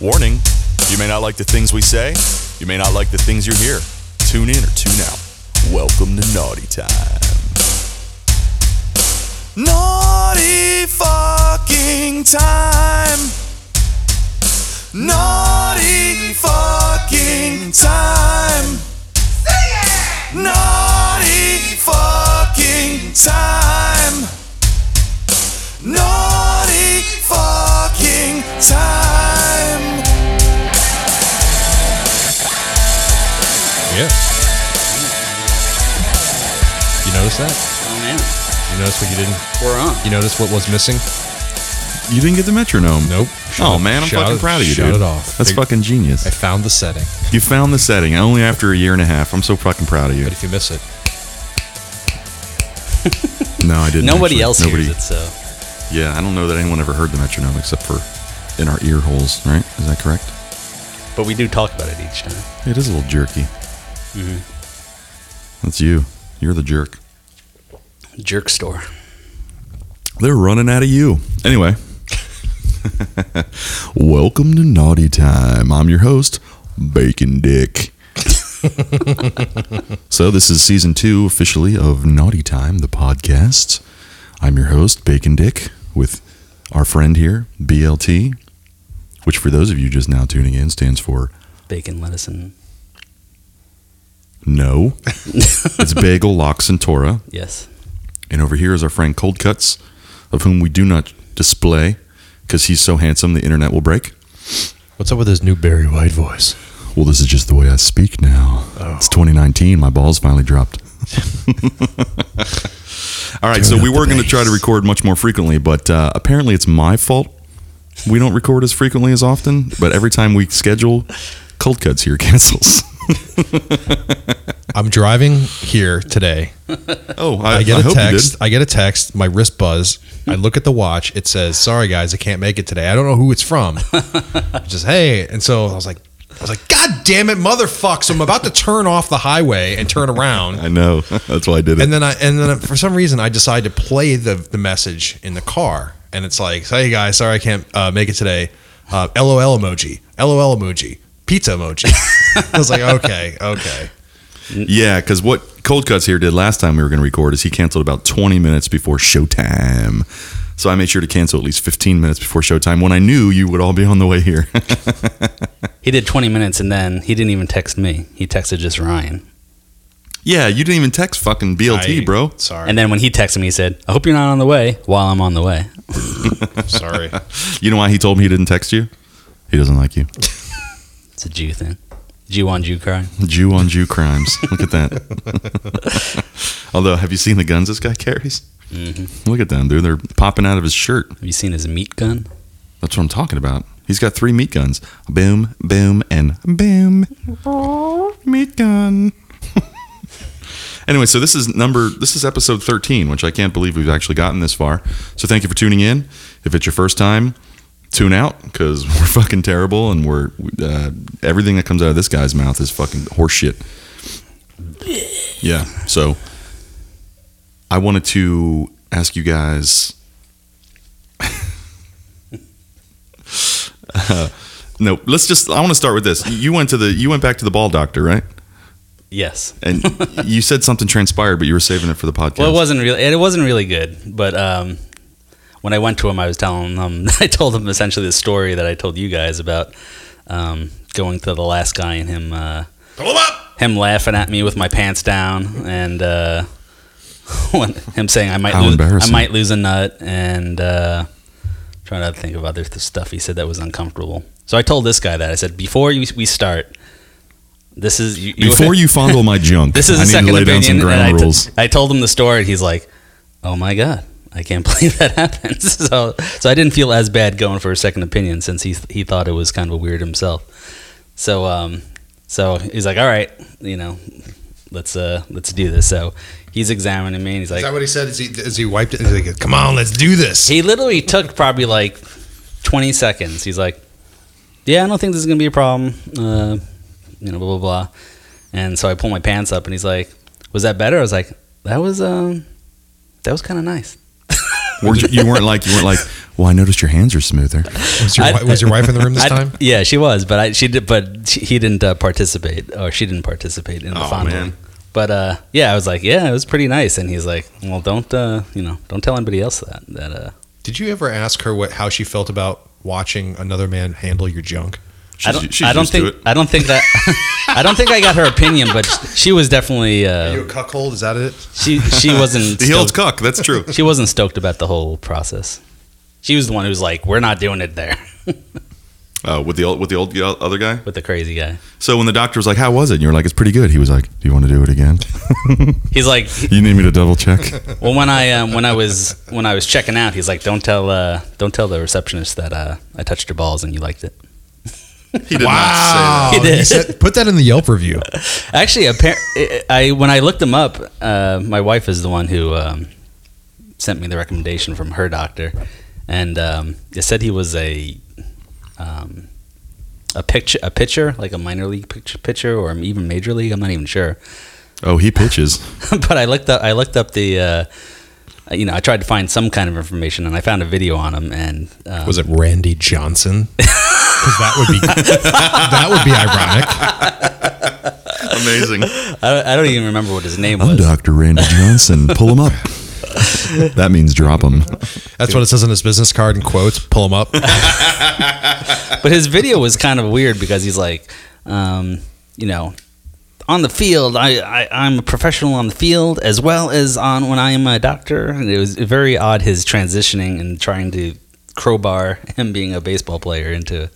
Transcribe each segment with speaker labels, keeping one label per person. Speaker 1: Warning you may not like the things we say, you may not like the things you hear. Tune in or tune out. Welcome to Naughty Time. Naughty fucking time. Naughty fucking time. Naughty fucking time. Naughty fucking time.
Speaker 2: Yeah. You notice that?
Speaker 3: Oh,
Speaker 2: You notice what you didn't?
Speaker 3: man. We're on.
Speaker 2: You notice what was missing?
Speaker 1: You didn't get the metronome.
Speaker 2: Nope.
Speaker 1: oh
Speaker 2: Shut it-
Speaker 1: man, I'm
Speaker 2: shut
Speaker 1: fucking
Speaker 2: it-
Speaker 1: proud of you,
Speaker 2: shut
Speaker 1: dude.
Speaker 2: it off.
Speaker 1: That's
Speaker 2: Fig-
Speaker 1: fucking genius.
Speaker 2: I found the setting,
Speaker 1: You found the setting only after a year and a half. I'm so fucking proud of you.
Speaker 2: but if you miss it,
Speaker 1: No, I didn't.
Speaker 3: Nobody
Speaker 1: actually.
Speaker 3: else
Speaker 1: Nobody,
Speaker 3: hears it, so.
Speaker 1: Yeah, I don't know that anyone ever heard the metronome except for in our ear holes. Right? Is that correct?
Speaker 3: But we do talk about it each time.
Speaker 1: It is a little jerky.
Speaker 3: Mm-hmm.
Speaker 1: That's you. You're the jerk.
Speaker 3: Jerk store.
Speaker 1: They're running out of you. Anyway, welcome to Naughty Time. I'm your host, Bacon Dick. so, this is season two officially of Naughty Time, the podcast. I'm your host, Bacon Dick, with our friend here, BLT, which for those of you just now tuning in stands for
Speaker 3: Bacon, lettuce, and
Speaker 1: No. it's Bagel, Lox, and Torah.
Speaker 3: yes.
Speaker 1: And over here is our friend Cold Cuts, of whom we do not display because he's so handsome the internet will break.
Speaker 2: what's up with his new Barry White voice?
Speaker 1: Well, this is just the way I speak now. It's 2019. My balls finally dropped. All right, so
Speaker 2: Turn up
Speaker 1: we
Speaker 2: the
Speaker 1: were going to try to
Speaker 2: bass.
Speaker 1: record much more frequently, but uh, apparently it's my fault. We don't record as frequently as often, but every time we schedule, Cold Cuts here cancels.
Speaker 2: I'm driving here today.
Speaker 1: Oh,
Speaker 2: I get
Speaker 1: a
Speaker 2: a text. I get a text. My wrist buzz. I look at the watch. It says, "Sorry guys, I can't make it today." I don't know who it's from. It's just hey, and so I was like, I was like, "God damn it, motherfuck!" So I'm about to turn off the highway and turn around,
Speaker 1: I know. That's why I did it.
Speaker 2: and then I and then for some reason I decide to play the the message in the car, and it's like, "Hey guys, sorry I can't uh, make it today." Uh, LOL emoji. LOL emoji. Pizza emoji. I was like, okay, okay.
Speaker 1: Yeah, because what Cold Cuts here did last time we were going to record is he canceled about 20 minutes before showtime. So I made sure to cancel at least 15 minutes before showtime when I knew you would all be on the way here.
Speaker 3: He did 20 minutes and then he didn't even text me. He texted just Ryan.
Speaker 1: yeah, you didn't even text fucking BLT,
Speaker 2: I-
Speaker 1: bro.
Speaker 2: Sorry,
Speaker 3: And then when he texted me, he said, I hope you're not on the way while I'm on the way.
Speaker 2: sorry.
Speaker 1: You know why he told me he didn't text you? He doesn't like you.
Speaker 3: It's a Jew thing. Jew on Jew crime.
Speaker 1: Jew on Jew crimes. Look at that. Although, have you seen the guns this guy carries? Look at them, dude. They're popping out of his shirt.
Speaker 3: Mm-hmm. Have you seen his meat gun?
Speaker 1: That's what I'm talking about. He's got three meat guns. Boom, boom, and boom. Meat gun. anyway, so this is number this is episode 13, which I can't believe we've actually gotten this far. So thank you for tuning in. If it's your first time, tune out because we're fucking terrible and we're uh, everything that comes out of this guy's mouth is fucking horseshit. Yeah. So I wanted to ask you guys. No, let's just. I want to start with this. You went to the. You went back to the ball doctor, right?
Speaker 3: Yes.
Speaker 1: And you said something transpired, but you were saving it for the podcast.
Speaker 3: Well, it wasn't really. It wasn't really good. But um, when I went to him, I was telling him. I told him essentially the story that I told you guys about um, going to the last guy and him. Uh, Him laughing at me with my pants down, and uh, when, him saying I might
Speaker 1: How
Speaker 3: lose, I
Speaker 1: embarrassing.
Speaker 3: might lose a nut, and uh, trying not to think of other th- stuff he said that was uncomfortable. So I told this guy that I said before you, we start, this is you,
Speaker 1: Before you fondle my junk,
Speaker 3: this is
Speaker 1: I
Speaker 3: a
Speaker 1: need
Speaker 3: second
Speaker 1: to lay down
Speaker 3: opinion.
Speaker 1: some
Speaker 3: and I
Speaker 1: ground
Speaker 3: t-
Speaker 1: rules.
Speaker 3: I told him the story, and he's like, "Oh my god, I can't believe that happened." So, so I didn't feel as bad going for a second opinion since he he thought it was kind of weird himself. So, um, so he's like, "All right, you know, let's uh, let's do this." So he's examining me, and he's like,
Speaker 2: Is that what he said? Is he, is he wiped it? He's like, come on, let's do this.
Speaker 3: He literally took probably like 20 seconds. He's like, Yeah, I don't think this is going to be a problem. Uh, you know, blah, blah, blah. And so I pull my pants up and he's like, Was that better? I was like, That was, um, that was kind of nice.
Speaker 1: Weren't you, you weren't like you weren't like. Well, I noticed your hands are smoother.
Speaker 2: Was your,
Speaker 3: I-
Speaker 2: wi- was your wife in the room this
Speaker 3: I-
Speaker 2: time?
Speaker 3: Yeah, she was, but I, she did, but she, he didn't uh, participate, or she didn't participate in the
Speaker 1: Oh,
Speaker 3: fondling.
Speaker 1: man.
Speaker 3: But uh, yeah, I was like, yeah, it was pretty nice, and he's like, well, don't uh, you know, don't tell anybody else that. That uh,
Speaker 2: Did you ever ask her what how she felt about watching another man handle your junk?
Speaker 1: She's,
Speaker 3: I don't,
Speaker 1: she's
Speaker 3: I don't
Speaker 1: used to
Speaker 3: think,
Speaker 1: it.
Speaker 3: I don't think that, I don't think I got her opinion, but she was definitely, uh,
Speaker 2: a cuckold? Is that it?
Speaker 3: she she wasn't,
Speaker 1: the old
Speaker 3: stoked,
Speaker 1: cuck. That's true.
Speaker 3: she wasn't stoked about the whole process. She was the one who was like, we're not doing it there
Speaker 1: Uh, with the old with the old y- other guy.
Speaker 3: with the crazy guy.
Speaker 1: So when the doctor was like, "How was it?" and you were like, "It's pretty good," he was like, "Do you want to do it again?
Speaker 3: He's like,
Speaker 1: You need me to double check?"
Speaker 3: Well, when I um, when I was when I was checking out, he's like, "Don't tell uh, don't tell the receptionist that uh, I touched your balls and you liked it."
Speaker 1: He did
Speaker 2: Wow.
Speaker 1: not say that.
Speaker 3: He did.
Speaker 2: You said- put that in the Yelp review.
Speaker 3: Actually, appar- I- I when I looked him up, uh, my wife is the one who um, sent me the recommendation from her doctor, and um, it said he was a um, a picture a pitcher like a minor league pitch- pitcher or even major league. I'm not even sure.
Speaker 1: Oh, he pitches.
Speaker 3: but I looked up I looked up the uh, you know I tried to find some kind of information and I found a video on him and um,
Speaker 2: Was it Randy Johnson? 'Cause that would be that would be ironic.
Speaker 1: Amazing.
Speaker 3: I, I don't even remember what his name
Speaker 1: I'm
Speaker 3: was.
Speaker 1: Dr. Randy Johnson. Pull him up. that means drop him.
Speaker 2: That's what it says on his business card in quotes. Pull him up.
Speaker 3: But his video was kind of weird because he's like, um, you know, on the field, I, I, I'm a professional on the field as well as on when I am a doctor. And it was very odd his transitioning and trying to crowbar him being a baseball player into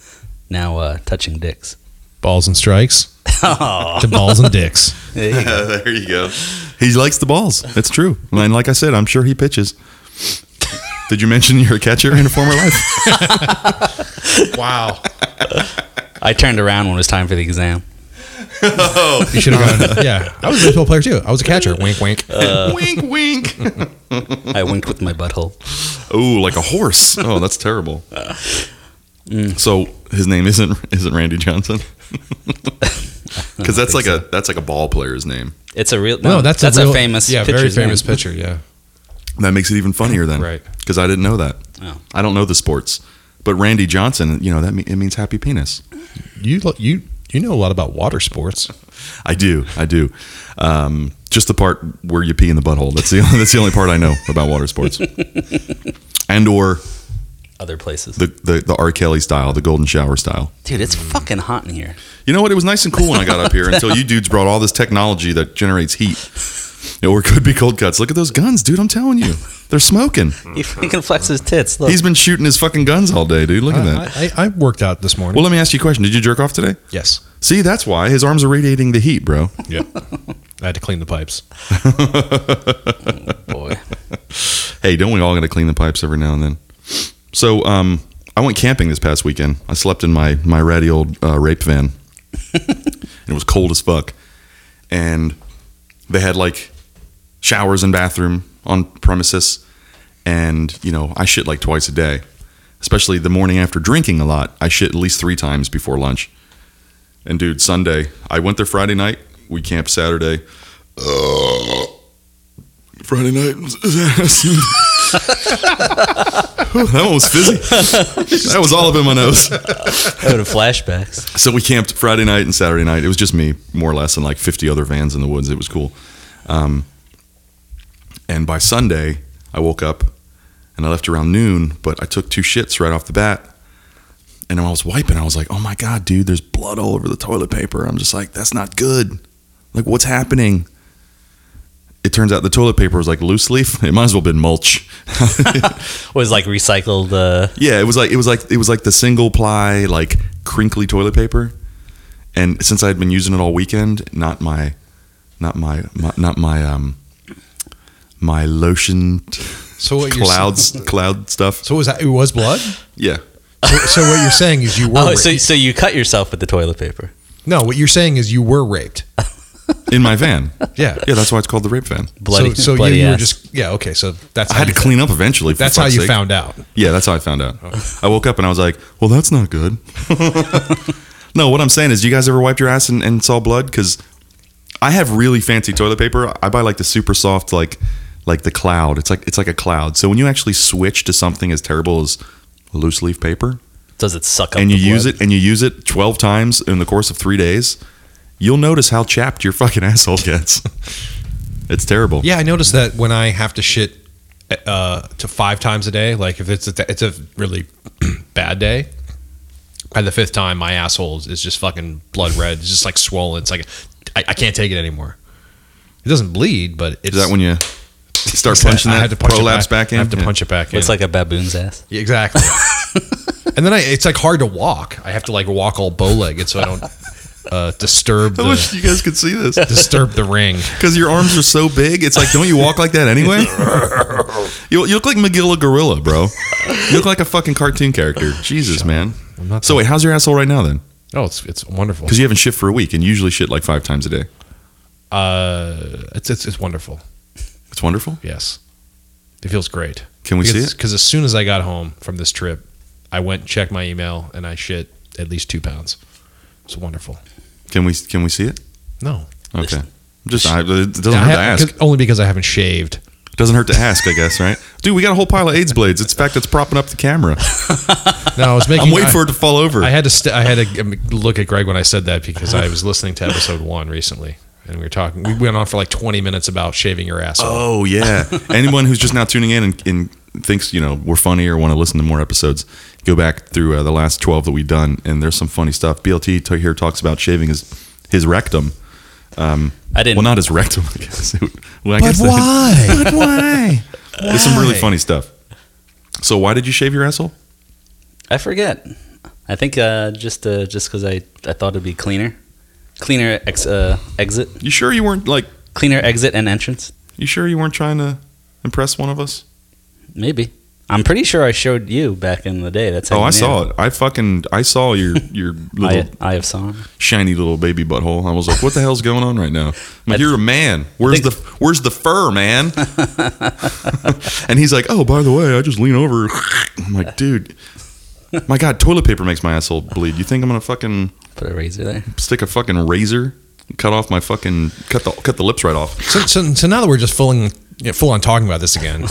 Speaker 3: now uh, touching dicks.
Speaker 2: Balls and strikes
Speaker 3: Oh,
Speaker 2: to balls and dicks.
Speaker 3: there you go.
Speaker 1: there you go. He likes the balls. That's true. And like I said, I'm sure he pitches. Did you mention you're a catcher in a former life?
Speaker 2: Wow.
Speaker 3: I turned around when it was time for the exam.
Speaker 2: You should have gone. Yeah, I was a baseball player too. I was a catcher. Wink, wink.
Speaker 1: wink, wink.
Speaker 3: I winked with my butthole.
Speaker 1: Oh, like a horse. Oh, that's terrible. So his name isn't isn't Randy Johnson because that's like a that's like a ball player's name.
Speaker 3: It's a real
Speaker 2: No, that's a, real-
Speaker 3: famous
Speaker 2: Yeah, very
Speaker 3: pitcher's name.
Speaker 2: famous pitcher. Yeah.
Speaker 1: That makes it even funnier then,
Speaker 2: Right.
Speaker 1: Because I didn't know that.
Speaker 3: Oh.
Speaker 1: I don't know the sports, but Randy Johnson, you know that me- it means happy penis.
Speaker 2: You lo- you you know a lot about water sports.
Speaker 1: I do, I do. Um, just the part where you pee in the butthole. That's the only, that's the only part I know about water sports, and or
Speaker 3: Other places,
Speaker 1: the, the the R. Kelly style, the golden shower style.
Speaker 3: dude. It's fucking hot in here.
Speaker 1: You know what? It was nice and cool when I got up here until you dudes brought all this technology that generates heat. Or it could be cold cuts. Look at those guns, dude. I'm telling you. They're smoking.
Speaker 3: He fucking flex his tits. Look.
Speaker 1: He's been shooting his fucking guns all day, dude. Look at that.
Speaker 2: Uh, I, I, I worked out this morning.
Speaker 1: Well, let me ask you a question. Did you jerk off today?
Speaker 2: yes.
Speaker 1: See, that's why his arms are radiating the heat, bro.
Speaker 2: Yeah. I had to clean the pipes.
Speaker 3: boy.
Speaker 1: Hey, don't we all got to clean the pipes every now and then? So, um, I went camping this past weekend. I slept in my my ratty old uh, rape van, and it was cold as fuck. And they had like showers and bathroom on premises, and you know I shit like twice a day, especially the morning after drinking a lot. I shit at least three times before lunch. And dude, Sunday I went there Friday night. We camped Saturday. Uh, Friday night. that one was fizzy. That was all up in my nose.
Speaker 3: I would have flashbacks.
Speaker 1: So we camped Friday night and Saturday night. It was just me, more or less, and like 50 other vans in the woods. It was cool. Um, and by Sunday, I woke up and I left around noon, but I took two shits right off the bat. And when I was wiping, I was like, oh my God, dude, there's blood all over the toilet paper. I'm just like, that's not good. Like, what's happening? It turns out the toilet paper was like loose leaf. It might as well have been mulch.
Speaker 3: Was like recycled. Uh,
Speaker 1: Yeah, it was like it was like it was like the single ply like crinkly toilet paper. And since I had been using it all weekend, not my, not my, my not my um, my lotion
Speaker 2: So what you're
Speaker 1: clouds cloud stuff.
Speaker 2: So was that? It was blood.
Speaker 1: Yeah,
Speaker 2: So, so what you're saying is you were
Speaker 3: oh,
Speaker 2: raped.
Speaker 3: so so you cut yourself with the toilet paper?
Speaker 2: no, what you're saying is you were raped.
Speaker 1: in my van.
Speaker 2: Yeah.
Speaker 1: Yeah, that's why it's called the rape van.
Speaker 3: Bloody.
Speaker 2: so so
Speaker 3: bloody
Speaker 2: you, you were
Speaker 3: ass.
Speaker 2: just yeah okay. So that's
Speaker 1: I
Speaker 2: how
Speaker 1: had to
Speaker 2: you,
Speaker 1: clean up eventually. for
Speaker 2: That's how
Speaker 1: fuck's
Speaker 2: you
Speaker 1: sake.
Speaker 2: found out.
Speaker 1: Yeah, that's how I found out. I woke up and I was like, well, that's not good. no, what I'm saying is, you guys ever wiped your ass and, and saw blood? Because I have really fancy toilet paper. I buy like the super soft, like like the cloud. It's like it's like a cloud. So when you actually switch to something as terrible as loose leaf paper
Speaker 3: Does it suck up?
Speaker 1: and you
Speaker 3: the
Speaker 1: use
Speaker 3: blood?
Speaker 1: it and you use it 12 times in the course of 3 days, you'll notice how chapped your fucking asshole gets. it's terrible.
Speaker 2: Yeah, I noticed that when I have to shit uh, to five times a day, like if it's a, it's a really bad day, by the fifth time, my asshole is just fucking blood red. It's just like swollen. It's like I, I can't take it anymore. It doesn't bleed, but it's
Speaker 1: Is that when you start punching that
Speaker 2: I have to punch
Speaker 1: prolapse
Speaker 2: it back,
Speaker 1: back, in?
Speaker 2: I have to
Speaker 1: Yeah.
Speaker 2: punch it back in.
Speaker 3: Looks like a baboon's ass.
Speaker 2: Yeah, exactly. and then I, it's like hard to walk. I have to like walk all bow legged so I don't uh, disturb
Speaker 1: I wish
Speaker 2: the
Speaker 1: you guys could see this.
Speaker 2: disturb the ring.
Speaker 1: Because your arms are so big, it's like, don't you walk like that anyway? you, you look like McGilla Gorilla, bro. You look like a fucking cartoon character. Jesus, man.
Speaker 2: not
Speaker 1: So wait, how's your asshole right now then?
Speaker 2: Oh, it's it's wonderful.
Speaker 1: Because you haven't shit for a week, and usually shit like five times a day.
Speaker 2: Uh, it's it's it's wonderful.
Speaker 1: It's wonderful.
Speaker 2: Yes. It feels great.
Speaker 1: Can we see
Speaker 2: because,
Speaker 1: it?
Speaker 2: Because as soon as I got home from this trip, I went and checked my email and I shit at least two pounds. It's wonderful.
Speaker 1: Can we can we see it?
Speaker 2: No.
Speaker 1: Okay. Just I, it doesn't
Speaker 2: I
Speaker 1: hurt to
Speaker 2: ha-
Speaker 1: ask.
Speaker 2: because- Only because I haven't shaved.
Speaker 1: It doesn't hurt to ask, I guess, right? Dude, we got a whole pile of AIDS blades. It's in fact it's propping up the camera.
Speaker 2: No, I was making.
Speaker 1: I'm waiting
Speaker 2: I,
Speaker 1: for it to fall over.
Speaker 2: I had to. St- I had to um, look at Greg when I said that because I was listening to episode one recently, and we were talking. We went on for like 20 minutes about shaving your asshole.
Speaker 1: Oh yeah. Anyone who's just now tuning in and, and thinks you know we're funny or want to listen to more episodes, go back through uh, the last twelve that we've done, and there's some funny stuff. BLT t- here talks about shaving his his rectum.
Speaker 3: I didn't.
Speaker 1: Well, not his rectum. I guess. well, I guess that-
Speaker 2: why?
Speaker 1: There's some really funny stuff. So why did you shave your asshole?
Speaker 3: I forget. I think uh, just uh, just because I, I thought it'd be cleaner, cleaner ex- uh, exit,
Speaker 1: You sure you weren't like?
Speaker 3: cleaner exit and entrance.
Speaker 1: You sure you weren't trying to impress one of us?
Speaker 3: Maybe. I'm pretty sure I showed you back in the day. That's how
Speaker 1: Oh,
Speaker 3: you
Speaker 1: I
Speaker 3: knew.
Speaker 1: saw it. I fucking I saw your your little
Speaker 3: I, I have saw.
Speaker 1: shiny little baby butthole. I was like, "What the hell's going on right now?" I'm like,
Speaker 3: That's-
Speaker 1: "You're a man. Where's
Speaker 3: think-
Speaker 1: the Where's the fur, man?" and he's like, "Oh, by the way, I just lean over." I'm like, "Dude, my God, toilet paper makes my asshole bleed. You think I'm gonna fucking
Speaker 3: Put a razor there.
Speaker 1: stick a fucking razor, and cut off my fucking cut the cut the lips right off?"
Speaker 2: So, so, so now that we're just full in, yeah, full on talking about this again.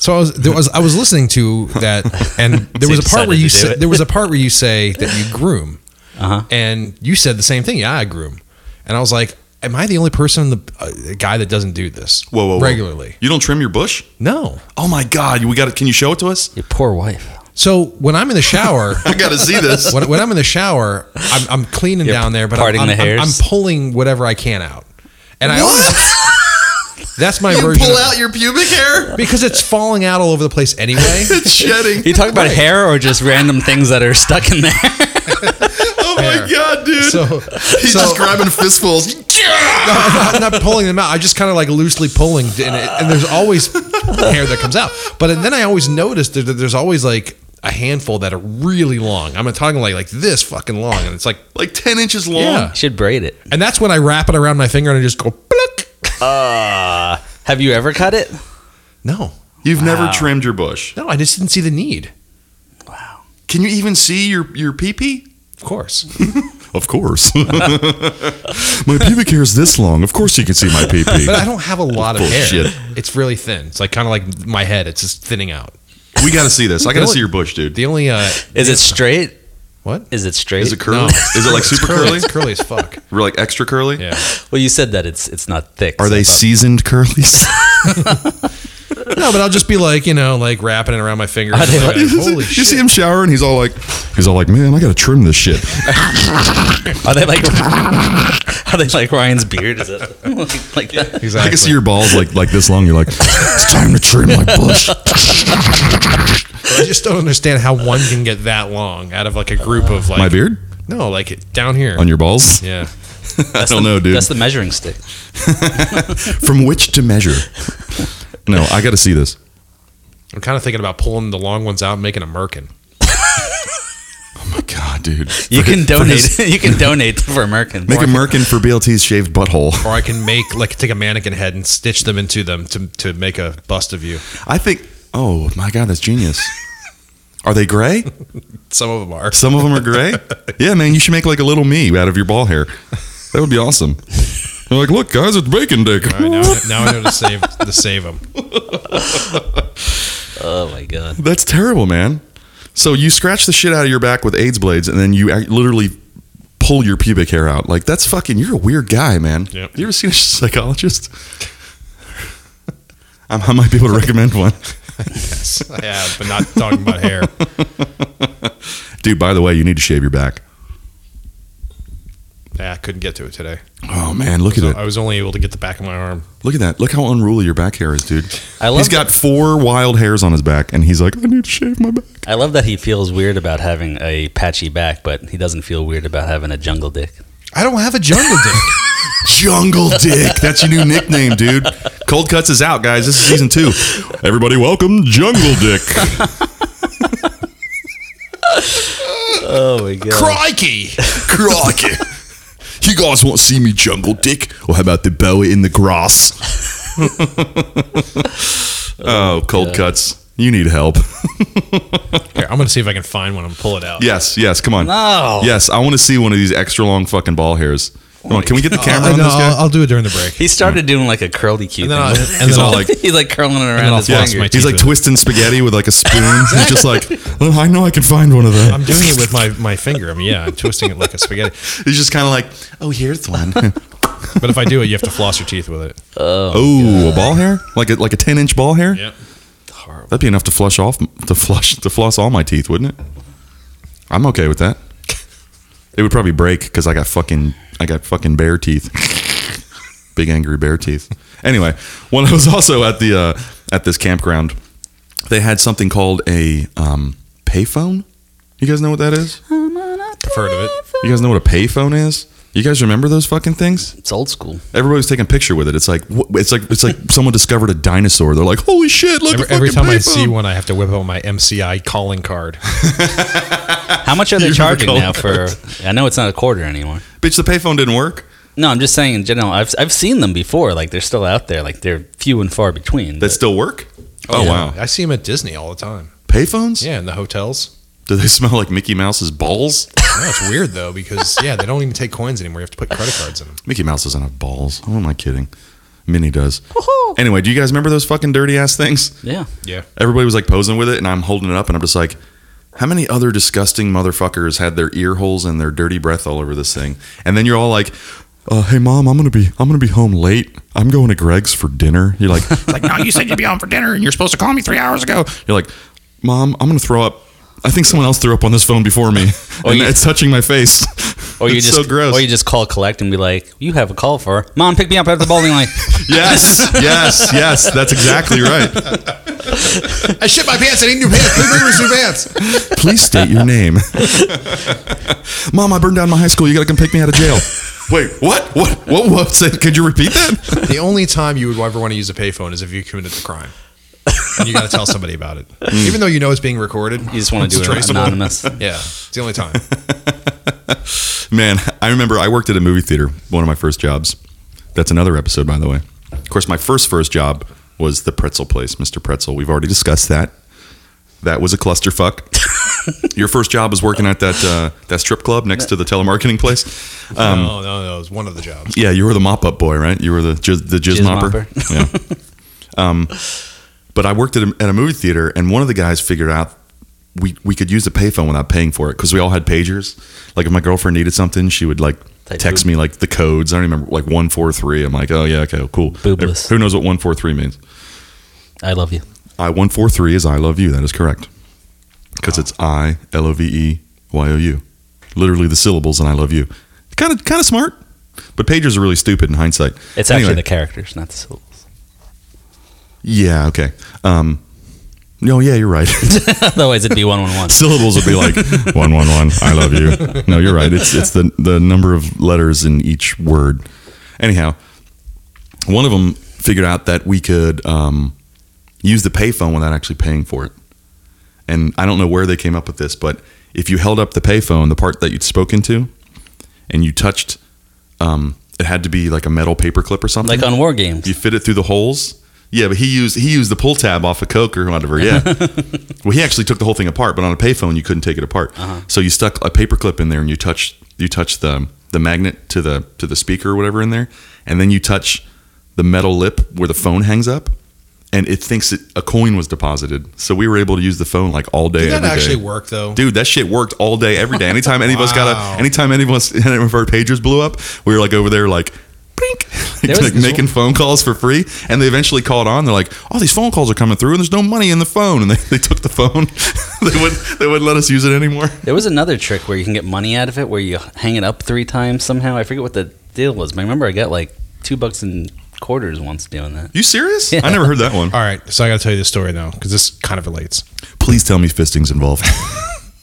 Speaker 2: So I was, there was I was listening to that, and there
Speaker 3: So you
Speaker 2: was a part where
Speaker 3: decided
Speaker 2: you
Speaker 3: to do
Speaker 2: sa-
Speaker 3: it.
Speaker 2: there was a part where you say that you groom,
Speaker 3: Uh-huh.
Speaker 2: and you said the same thing. Yeah, I groom, and I was like, Am I the only person, the uh, guy that doesn't do this
Speaker 1: Whoa, whoa, whoa.
Speaker 2: regularly?
Speaker 1: You don't trim your bush?
Speaker 2: No.
Speaker 1: Oh my God, we got it. Can you show it to us?
Speaker 3: Your poor wife.
Speaker 2: So when I'm in the shower,
Speaker 1: I got to see this.
Speaker 2: when, when I'm in the shower, I'm, I'm cleaning down there, but I'm,
Speaker 3: parting
Speaker 2: I'm,
Speaker 3: the hairs?
Speaker 2: I'm, I'm pulling whatever I can out, and I always. That's my
Speaker 1: You
Speaker 2: version
Speaker 1: pull
Speaker 2: of-
Speaker 1: out your pubic hair.
Speaker 2: because it's falling out all over the place anyway.
Speaker 1: It's shedding.
Speaker 3: You talking about hair or just random things that are stuck in there?
Speaker 1: Oh my
Speaker 2: Hair.
Speaker 1: God, dude.
Speaker 2: So
Speaker 1: He's
Speaker 2: So-
Speaker 1: just grabbing fistfuls.
Speaker 2: I'm not pulling them out. I just kind of like loosely pulling, and, it, and there's always hair that comes out. But then I always notice that there's always like a handful that are really long. I'm talking like like this fucking long, and it's like,
Speaker 1: like 10 inches long.
Speaker 2: Yeah.
Speaker 3: You should braid it.
Speaker 2: and that's when I wrap it around my finger and I just go pluck.
Speaker 3: Have you ever cut it?
Speaker 2: No,
Speaker 1: You've never trimmed your bush.
Speaker 2: no, I just didn't see the need.
Speaker 1: Can you even see your, your pee pee?
Speaker 2: Of course,
Speaker 1: Of course. my pubic hair is this long. Of course you can see my pee pee.
Speaker 2: but I don't have a lot of
Speaker 1: Bullshit.
Speaker 2: hair. It's really thin. It's like kind of like my head. It's just thinning out.
Speaker 1: We got to see this. I got to see your bush, dude.
Speaker 2: The only uh,
Speaker 3: Is it straight?
Speaker 2: what?
Speaker 3: Is it straight?
Speaker 1: Is it curly?
Speaker 2: No.
Speaker 1: Is it like super curly?
Speaker 2: It's curly as fuck.
Speaker 1: Or like extra curly?
Speaker 2: Yeah.
Speaker 3: well, you said that it's it's not thick.
Speaker 1: Are
Speaker 3: so I
Speaker 1: they
Speaker 3: thought-
Speaker 1: seasoned curlies?
Speaker 2: No, but I'll just be like, you know, like wrapping it around my finger.
Speaker 3: Are they
Speaker 2: Like,
Speaker 3: like-
Speaker 2: Holy
Speaker 1: you
Speaker 2: shit.
Speaker 1: see him shower and he's all like, he's all like, man, I got to trim this shit.
Speaker 3: Are they like? are they like Ryan's beard? Is it like, like that?
Speaker 2: Exactly.
Speaker 1: I can see your balls like like this long. You're like, it's time to trim my bush.
Speaker 2: I just don't understand how one can get that long out of like a group of like
Speaker 1: My beard
Speaker 2: No, like it- down here.
Speaker 1: on your balls?
Speaker 2: yeah.
Speaker 1: I don't know, dude.
Speaker 3: That's the measuring stick.
Speaker 1: From which to measure? No, I got to see this.
Speaker 2: I'm kind of thinking about pulling the long ones out and making a merkin.
Speaker 1: God, dude.
Speaker 3: You
Speaker 1: For
Speaker 3: can
Speaker 1: his- for
Speaker 3: donate.
Speaker 1: his-
Speaker 3: you can donate for American.
Speaker 1: make a merkin for BLT's shaved butthole.
Speaker 2: Or I can make like take a mannequin head and stitch them into them to, to make a bust of you.
Speaker 1: I think. Oh my God, that's genius. Are they gray?
Speaker 2: Some of them are.
Speaker 1: Some of them are gray. Yeah, man, you should make like a little me out of your ball hair. That would be awesome. They're like, look, guys, it's bacon dick.
Speaker 2: All right, now, I- now I know to save to save him.
Speaker 3: Oh my god.
Speaker 1: That's terrible, man. So you scratch the shit out of your back with AIDS blades, and then you act- literally pull your pubic hair out. Like that's fucking. You're a weird guy, man.
Speaker 2: Yep.
Speaker 1: You ever seen a psychologist? I I might be able to recommend one.
Speaker 2: Yes, I have, but not talking about hair.
Speaker 1: Dude, by the way, you need to shave your back.
Speaker 2: Yeah, I couldn't get to it today.
Speaker 1: Oh man, look at
Speaker 2: So
Speaker 1: it.
Speaker 2: I was only able to get the back of my arm.
Speaker 1: Look at that. Look how unruly your back hair is, dude.
Speaker 3: I love
Speaker 1: He's got four wild hairs on his back, and he's like, I need to shave my back.
Speaker 3: I love that he feels weird about having a patchy back, but he doesn't feel weird about having a jungle dick.
Speaker 2: I don't have a jungle dick.
Speaker 1: Jungle Dick. That's your new nickname, dude. Cold Cuts is out, guys. This is season two. Everybody, welcome Jungle Dick.
Speaker 3: Oh my god.
Speaker 2: Crikey!
Speaker 1: Crikey. You guys want to see me jungle dick? Or how about the boa in the grass? oh, cold cuts. You need help.
Speaker 2: Here, I'm gonna see if I can find one and pull it out.
Speaker 1: Yes, yes, come on.
Speaker 2: Oh.
Speaker 3: No.
Speaker 1: Yes, I want to see one of these extra long fucking ball hairs. Come on, can we get the camera
Speaker 2: Oh, I
Speaker 1: on
Speaker 2: know,
Speaker 1: this guy?
Speaker 2: I'll, I'll do it during the break.
Speaker 3: He started doing like a curly cute
Speaker 2: And then I'll,
Speaker 3: thing.
Speaker 2: and then
Speaker 1: He's all
Speaker 2: I'll-
Speaker 1: like-
Speaker 3: he's like curling it
Speaker 2: then
Speaker 3: around
Speaker 2: I'll
Speaker 3: his
Speaker 2: floss
Speaker 3: finger.
Speaker 2: my
Speaker 1: He's like
Speaker 2: teeth with
Speaker 1: twisting spaghetti with like a spoon. He's just like, "Oh, I know I can find one of those.
Speaker 2: I'm doing it with my, my finger. I mean, yeah, I'm twisting it like a spaghetti.
Speaker 1: He's just kind of like, oh, here's one.
Speaker 2: But if I do it, you have to floss your teeth with it.
Speaker 1: oh, a ball hair? Like a like a ten inch ball hair?
Speaker 2: Yep.
Speaker 1: That'd be enough to flush off to flush to floss all my teeth, wouldn't it? I'm okay with that. It would probably break because I got fucking I got fucking bear teeth, big angry bear teeth. Anyway, when I was also at the uh, at this campground, they had something called a um, payphone. You guys know what that is?
Speaker 2: I've heard of it.
Speaker 1: You guys know what a payphone is? You guys remember those fucking things?
Speaker 3: It's old school.
Speaker 1: Everybody's taking a picture with it. It's like wh- it's like it's like someone discovered a dinosaur. They're like, holy shit! Look,
Speaker 2: Every,
Speaker 1: a
Speaker 2: every
Speaker 1: fucking
Speaker 2: time I
Speaker 1: payphone."
Speaker 2: see one, I have to whip out my MCI calling card.
Speaker 3: How much are they
Speaker 1: You
Speaker 3: charging
Speaker 1: recall
Speaker 3: now for? I know it's not a quarter anymore.
Speaker 1: bitch, the payphone didn't work.
Speaker 3: No, I'm just saying in general. I've I've seen them before. Like they're still out there. Like they're few and far between.
Speaker 1: That
Speaker 3: but-
Speaker 1: still work? Oh
Speaker 2: Yeah.
Speaker 1: wow,
Speaker 2: I see them at Disney all the time.
Speaker 1: payphones?
Speaker 2: Yeah, in the hotels.
Speaker 1: Do they smell like Mickey Mouse's balls?
Speaker 2: Yeah, it's weird though because yeah, they don't even take coins anymore. You have to put credit cards in them.
Speaker 1: Mickey Mouse doesn't have balls. Who am I kidding? Minnie does. Anyway, do you guys remember those fucking dirty ass things?
Speaker 3: yeah.
Speaker 2: Yeah.
Speaker 1: Everybody was like posing with it, and I'm holding it up, and I'm just like, how many other disgusting motherfuckers had their ear holes and their dirty breath all over this thing? And then you're all like, uh, "Hey mom, I'm gonna be I'm gonna be home late. I'm going to Greg's for dinner." You're like, like no, you said you'd be home for dinner, and you're supposed to call me three hours ago. You're like, mom, I'm gonna throw up. I think someone else threw up on this phone before me, and
Speaker 3: Oh, you-
Speaker 1: it's touching my face.
Speaker 3: Or you
Speaker 1: It's
Speaker 3: just
Speaker 1: so gross.
Speaker 3: or you just call collect and be like, "You have a call for mom. Pick me up at the bowling alley."
Speaker 1: Yes, yes, yes. That's exactly right.
Speaker 2: I shit my pants. I need new pants. Please bring me new pants.
Speaker 1: Please state your name. Mom, I burned down my high school. You gotta come pick me out of jail. Wait, what? What? What? What? Say, could you repeat that?
Speaker 2: The only time you would ever want to use a payphone is if you committed a crime. And you got to tell somebody about it, even though Mm. you know it's being recorded.
Speaker 3: You just want to do it anonymous.
Speaker 2: Yeah, it's the only time.
Speaker 1: Man, I remember I worked at a movie theater. One of my first jobs. That's another episode, by the way. Of course, my first first job was the Pretzel Place, Mr. Pretzel. We've already discussed that. That was a clusterfuck. Your first job was working at that uh, that strip club next to the telemarketing place. Um,
Speaker 2: no, no, no. It's one of the jobs.
Speaker 1: Yeah, you were the mop up boy, right? You were the jizz, the jizz, mopper.
Speaker 3: Jizz
Speaker 1: Yeah. um, but I worked at a, at a movie theater, and one of the guys figured out we we could use a payphone without paying for it because we all had pagers. Like if my girlfriend needed something, she would like.
Speaker 3: Type
Speaker 1: Text
Speaker 3: boob.
Speaker 1: me like the codes. I don't remember like one four three. I'm like, oh yeah, okay, cool.
Speaker 3: Boobless.
Speaker 1: Who knows what one four three means?
Speaker 3: I love you.
Speaker 1: I one four three is I love you. That is correct because it's I L O V E Y O U. Literally the syllables, and I love you. Kind of kind of smart, but pagers are really stupid in hindsight.
Speaker 3: It's actually
Speaker 1: Anyway.
Speaker 3: the characters, not the syllables.
Speaker 1: Yeah. Okay. Um, no. Yeah, you're right.
Speaker 3: Otherwise, it'd be one one one.
Speaker 1: Syllables would be like one, one, one. I love you. No, you're right. It's it's the the number of letters in each word. Anyhow, one of them figured out that we could um, use the payphone without actually paying for it. And I don't know where they came up with this, but if you held up the payphone, the part that you'd spoken to, and you touched, um, it had to be like a metal paperclip or something.
Speaker 3: Like on war games.
Speaker 1: You fit it through the holes. Yeah, but he used he used the pull tab off of Coke or whatever. Yeah. well, he actually took the whole
Speaker 2: Uh-huh.
Speaker 1: thing apart, but on a payphone you couldn't take it apart. So you stuck a paperclip in there and you touched you touched the the magnet to the to the speaker or whatever in there, and then you touch the metal lip where the phone hangs up, and it thinks it, a coin was deposited. So we were able to use the phone like all day.
Speaker 2: Did that
Speaker 1: every day.
Speaker 2: actually work though?
Speaker 1: Dude, that shit worked all day, every day. Anytime any of us got
Speaker 2: Wow.
Speaker 1: a, anytime any of us, any of our pagers blew up, we were like over there, like, blink,
Speaker 3: There was
Speaker 1: like
Speaker 3: this
Speaker 1: making phone calls for free. And they eventually called on. They're like, all these phone calls are coming through, and there's no money in the phone. And they, they took the phone. they wouldn't they wouldn't let us use it anymore.
Speaker 3: There was another trick where you can get money out of it, where you hang it up three times somehow. I forget what the deal was, but I remember I got like two bucks and quarters once doing that.
Speaker 1: You serious? I never heard that one.
Speaker 2: All right, so I got to tell you this story now because this kind of relates.
Speaker 1: Please tell me fisting's involved.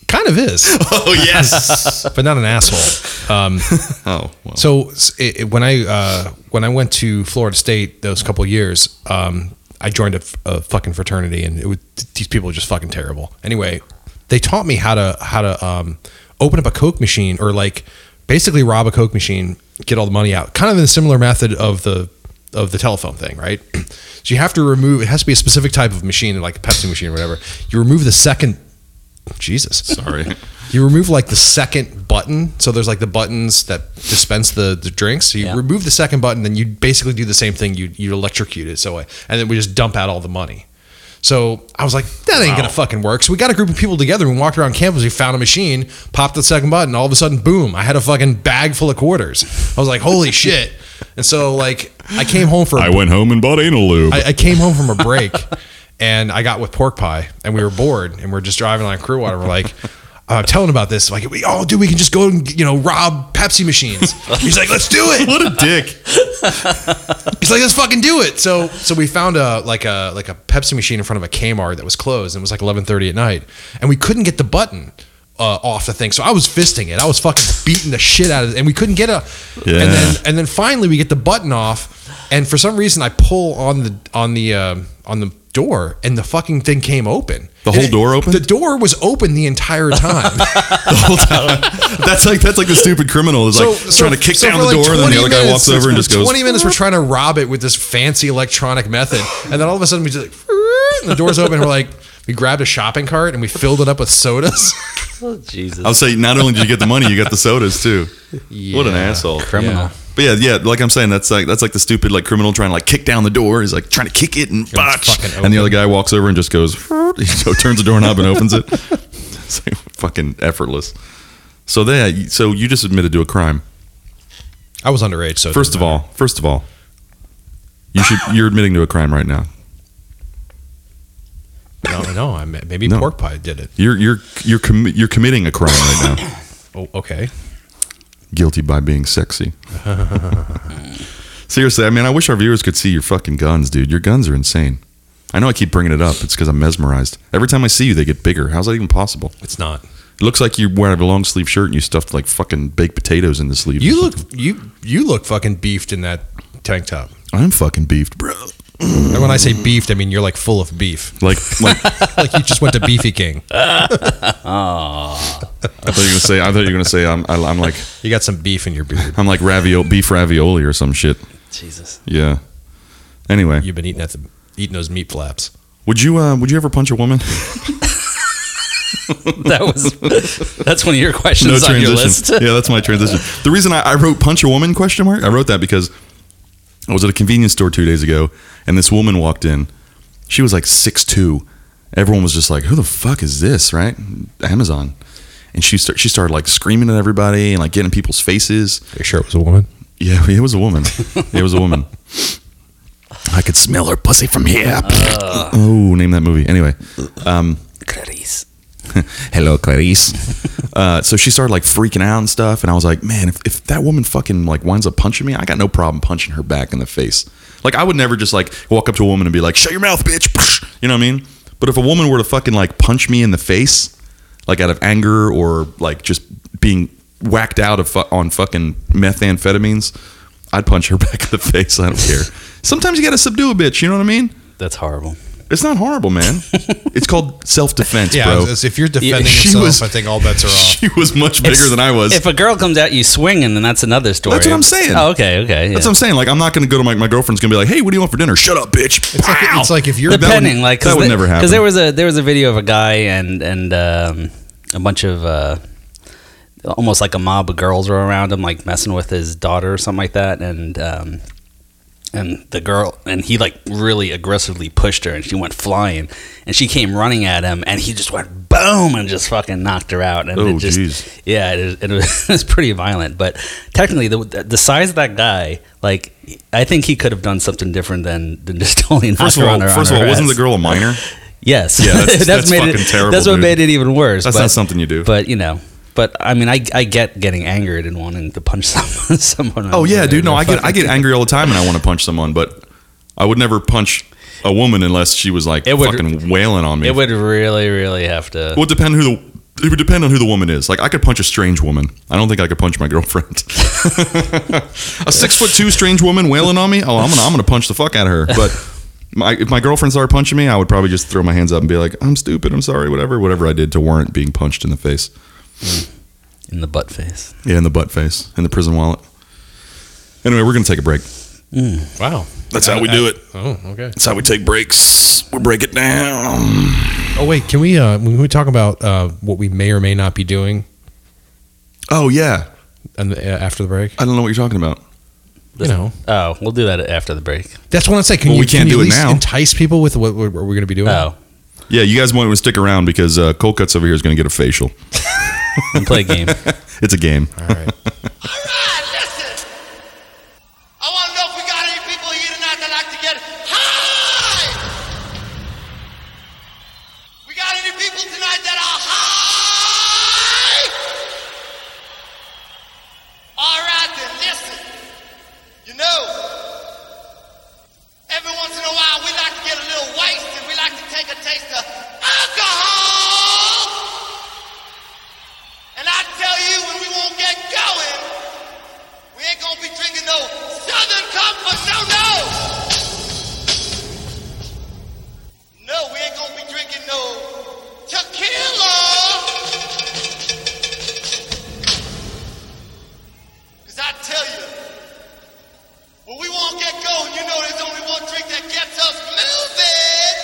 Speaker 2: Kind of is,
Speaker 1: oh yes.
Speaker 2: but not an asshole. Um,
Speaker 1: oh well.
Speaker 2: So s- it, it- when I uh, when I went to Florida State those couple of years, um, I joined a, f- a fucking fraternity, and it was, these people were just fucking terrible. Anyway, they taught me how to how to um, open up a Coke machine or like basically rob a Coke machine, get all the money out. Kind of in a similar method of the of the telephone thing, right? So you have to remove. It has to be a specific type of machine, like a Pepsi machine or whatever. You remove the second. Jesus,
Speaker 1: Sorry.
Speaker 2: you remove like the second button. So there's like the buttons that dispense the, the drinks. So you
Speaker 3: Yeah.
Speaker 2: remove the second button, then you basically do the same thing. You you electrocute it so uh, and then we just dump out all the money. So I was like, that ain't gonna fucking work. So we got a group of people together and we walked around campus. We found a machine, popped the second button. All of a sudden, boom! I had a fucking bag full of quarters. I was like, holy shit! And so like I came home for a
Speaker 1: I went home and bought anal lube.
Speaker 2: I, I came home from a break and I got with pork pie and we were bored and we're just driving on Clearwater. We're like, uh, telling about this, like, we, oh, dude, we can just go and you know rob Pepsi machines. He's like, let's do it.
Speaker 1: what a dick.
Speaker 2: He's like, let's fucking do it. So, so we found a like a like a Pepsi machine in front of a Kmart that was closed and it was like eleven thirty at night, and we couldn't get the button. Uh, off the thing, so I was fisting it. I was fucking beating the shit out of it, and we couldn't get a.
Speaker 1: Yeah.
Speaker 2: And then and then finally we get the button off and for some reason i pull on the on the um on the door and the fucking thing came open
Speaker 1: The whole
Speaker 2: And it-
Speaker 1: door opened?
Speaker 2: the door was open the entire time
Speaker 1: the whole time. That's like that's like the stupid criminal is like trying to kick
Speaker 2: so
Speaker 1: down
Speaker 2: for
Speaker 1: the
Speaker 2: like
Speaker 1: door, and then the
Speaker 2: 20
Speaker 1: other guy
Speaker 2: minutes-
Speaker 1: walks over and just
Speaker 2: for
Speaker 1: goes.
Speaker 2: 20 minutes we're trying to rob it with this fancy electronic method and then all of a sudden we just like and the door's open and we're like we grabbed a shopping cart and we filled it up with sodas
Speaker 3: Oh Jesus!
Speaker 1: I'll say, not only did you get the money, you got the sodas too. What an asshole!
Speaker 3: criminal.
Speaker 2: Yeah.
Speaker 1: But yeah, yeah, like I'm saying, that's like that's like the stupid like criminal trying to like kick down the door. He's like trying to kick it and botch,
Speaker 2: fucking
Speaker 1: and the other guy walks over and just goes, so turns the doorknob and opens it. It's like fucking effortless. So they, so you just admitted to a crime.
Speaker 2: i was underage so it
Speaker 1: First of
Speaker 2: didn't matter.
Speaker 1: all, first of all, you should you're admitting to a crime right now.
Speaker 2: no no I, maybe
Speaker 1: No.
Speaker 2: pork pie did it
Speaker 1: You're you're you're commi- you're committing a crime right now.
Speaker 2: oh okay
Speaker 1: guilty by being sexy. Seriously, I mean, I wish our viewers could see your fucking guns, dude. Your guns are insane. I know I keep bringing it up. It's because I'm mesmerized. Every time I see you, they get bigger. How's that even possible?
Speaker 2: it's not
Speaker 1: It looks like you're wearing a long sleeve shirt and you stuffed like fucking baked potatoes in the sleeve.
Speaker 2: you look you you look fucking beefed in that tank top
Speaker 1: I'm fucking beefed, bro.
Speaker 2: And when I say beefed, I mean you're like full of beef.
Speaker 1: Like, like I
Speaker 2: Like you just went to Beefy King.
Speaker 1: thought you were gonna say. I thought you were gonna say I'm. I, I'm like
Speaker 2: You got some beef in your beard.
Speaker 1: I'm like ravioli, beef ravioli or some shit.
Speaker 3: Jesus!
Speaker 1: Yeah. Anyway,
Speaker 2: You've been eating at the, eating those meat flaps.
Speaker 1: would you uh, would you ever punch a woman?
Speaker 3: That was that's one of your questions
Speaker 1: no
Speaker 3: on
Speaker 1: transition.
Speaker 3: your list.
Speaker 1: yeah, that's my transition. The reason I, I wrote "punch a woman?" question mark I wrote that because I was at a convenience store two days ago, and this woman walked in. She was like six two. Everyone was just like, "Who the fuck is this?" Right? Amazon. And she start, she started like screaming at everybody and like getting in people's faces.
Speaker 2: Are you sure it was a woman?
Speaker 1: Yeah, it was a woman. It was a woman. I could smell her pussy from here. oh, name that movie. Anyway, um,
Speaker 3: Clarice.
Speaker 1: hello clarice uh, so she started like freaking out and stuff and i was like man if, if that woman fucking like winds up punching me i got no problem punching her back in the face like i would never just like walk up to a woman and be like shut your mouth bitch you know what i mean but if a woman were to fucking like punch me in the face like out of anger or like just being whacked out of fu- on fucking methamphetamines i'd punch her back in the face i don't care sometimes you gotta subdue a bitch you know what i mean
Speaker 3: That's horrible.
Speaker 1: it's not horrible man it's called self-defense
Speaker 2: Yeah,
Speaker 1: bro
Speaker 2: as- as if you're defending
Speaker 3: Yeah,
Speaker 1: she
Speaker 2: yourself,
Speaker 1: was-
Speaker 2: I think all bets are off.
Speaker 1: she was much bigger
Speaker 3: It's-
Speaker 1: than I was.
Speaker 3: If a girl comes at you swinging, then that's another story.
Speaker 1: That's what I'm saying.
Speaker 3: Oh, okay, okay.
Speaker 1: That's
Speaker 3: yeah.
Speaker 1: what I'm saying. Like, I'm not going to go to my, my girlfriend's going to be like, hey, what do you want for dinner? Shut up, bitch.
Speaker 2: It's like,
Speaker 1: Pow!
Speaker 2: it's like if you're
Speaker 1: That would-
Speaker 3: depending like 'cause
Speaker 1: that would
Speaker 3: they-
Speaker 1: never happen.
Speaker 3: there was a there was a video of a guy and and um, a bunch of uh, almost like a mob of girls were around him, like messing with his daughter or something like that, and um, and the girl and he like really aggressively pushed her, and she went flying, and she came running at him, and he just went boom and just fucking knocked her out, and
Speaker 1: Oh,
Speaker 3: it just
Speaker 1: jeez.
Speaker 3: yeah, it, it, was, it was pretty violent, but technically the the size of that guy, like I think he could have done something different than than just totally knock
Speaker 1: First of
Speaker 3: her
Speaker 1: all,
Speaker 3: on her
Speaker 1: first
Speaker 3: on
Speaker 1: of all,
Speaker 3: her
Speaker 1: wasn't the
Speaker 3: ass.
Speaker 1: girl a minor?
Speaker 3: Yes.
Speaker 1: Yeah, that's- that's
Speaker 3: made
Speaker 1: fucking
Speaker 3: it,
Speaker 1: terrible,
Speaker 3: That's what
Speaker 1: dude.
Speaker 3: made it even worse.
Speaker 1: That's
Speaker 3: but,
Speaker 1: not something you do.
Speaker 3: But you know, but I mean, I, I get getting angered and wanting to punch someone. someone
Speaker 1: oh yeah, dude. No, I get I get angry all the time, and I want to punch someone, but I would never punch a woman unless she was like
Speaker 3: It would-
Speaker 1: fucking wailing on me.
Speaker 3: It would really, really have to.
Speaker 1: It would depend who the. It would depend on who the woman is. Like I could punch a strange woman. I don't think I could punch my girlfriend. a six foot two strange woman wailing on me. Oh, I'm gonna I'm gonna punch the fuck out of her. But my, if my girlfriend started punching me, I would probably just throw my hands up and be like, "I'm stupid. I'm sorry. Whatever. Whatever I did to warrant being punched in the face.
Speaker 3: In the butt face.
Speaker 1: Yeah, in the butt face, in the prison wallet." Anyway, we're gonna take a break.
Speaker 2: Wow.
Speaker 1: That's how we do it.
Speaker 2: Oh, okay.
Speaker 1: That's how we take breaks. We break it down.
Speaker 2: Oh wait, can we uh when we talk about uh what we may or may not be doing
Speaker 1: Oh yeah,
Speaker 2: and uh, after the break?
Speaker 1: I don't know what you're talking about.
Speaker 2: You know.
Speaker 3: Oh, we'll do that after the break.
Speaker 2: That's what I'm saying. Can
Speaker 1: Well,
Speaker 2: you
Speaker 1: we can't
Speaker 2: can you
Speaker 1: do it
Speaker 2: at least
Speaker 1: now.
Speaker 2: entice people with what we're, we're going to be doing?
Speaker 3: Oh,
Speaker 1: Yeah, you guys want to stick around because uh, Cold Cuts over here is gonna get a facial.
Speaker 3: and play a game.
Speaker 1: It's a game.
Speaker 2: All right.
Speaker 4: All right, listen. I want to know if we got any people here tonight that like to get high. We got any people tonight that are high? All right, then listen. You know, every once in a while we like to get a little wasted. We like to take a taste of alcohol. And I tell you, when we won't get going, we ain't gonna be drinking no Southern Comfort, no, no! No, we ain't gonna be drinking no tequila! Cause I tell you, when we won't get going, you know there's only one drink that gets us moving!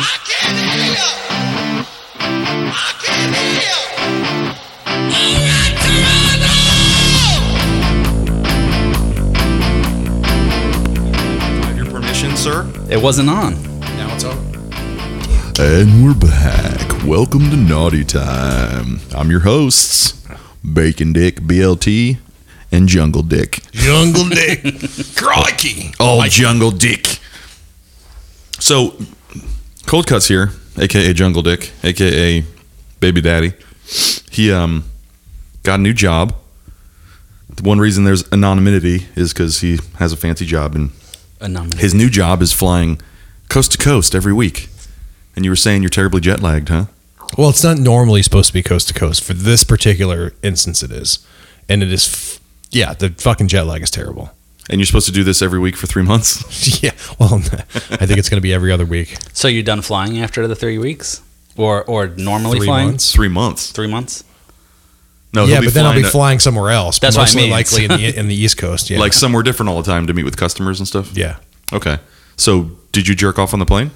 Speaker 4: I can't hear! I can hear. All right, Toronto.
Speaker 1: I have your permission, sir.
Speaker 3: It wasn't on.
Speaker 2: now it's on.
Speaker 1: And we're back. Welcome to Naughty Time. I'm your hosts, Bacon Dick BLT and Jungle Dick.
Speaker 2: Jungle Dick. Crikey.
Speaker 1: Oh, Jungle Dick. So, Cold Cuts here, aka Jungle Dick, aka Baby Daddy. He um got a new job. The one reason there's anonymity is because he has a fancy job and
Speaker 3: A nominee.
Speaker 1: His new job is flying coast to coast every week. And you were saying you're terribly jet lagged, huh?
Speaker 2: Well, it's not normally supposed to be coast to coast. For this particular instance, it is, and it is. F- yeah, the fucking jet lag is terrible.
Speaker 1: And you're supposed to do this every week for three months.
Speaker 2: yeah. Well, I think it's going to be every other week.
Speaker 3: So you're done flying after the three weeks, or or normally
Speaker 2: Three
Speaker 3: flying
Speaker 2: months.
Speaker 1: Three months.
Speaker 3: three months?
Speaker 1: No, he'll
Speaker 2: yeah, but then I'll be
Speaker 1: to-
Speaker 2: flying somewhere else.
Speaker 3: That's what I
Speaker 2: mostly
Speaker 3: mean.
Speaker 2: likely in the in the East Coast. Yeah.
Speaker 1: like somewhere different all the time to meet with customers and stuff.
Speaker 2: yeah.
Speaker 1: Okay. So did you jerk off on the plane?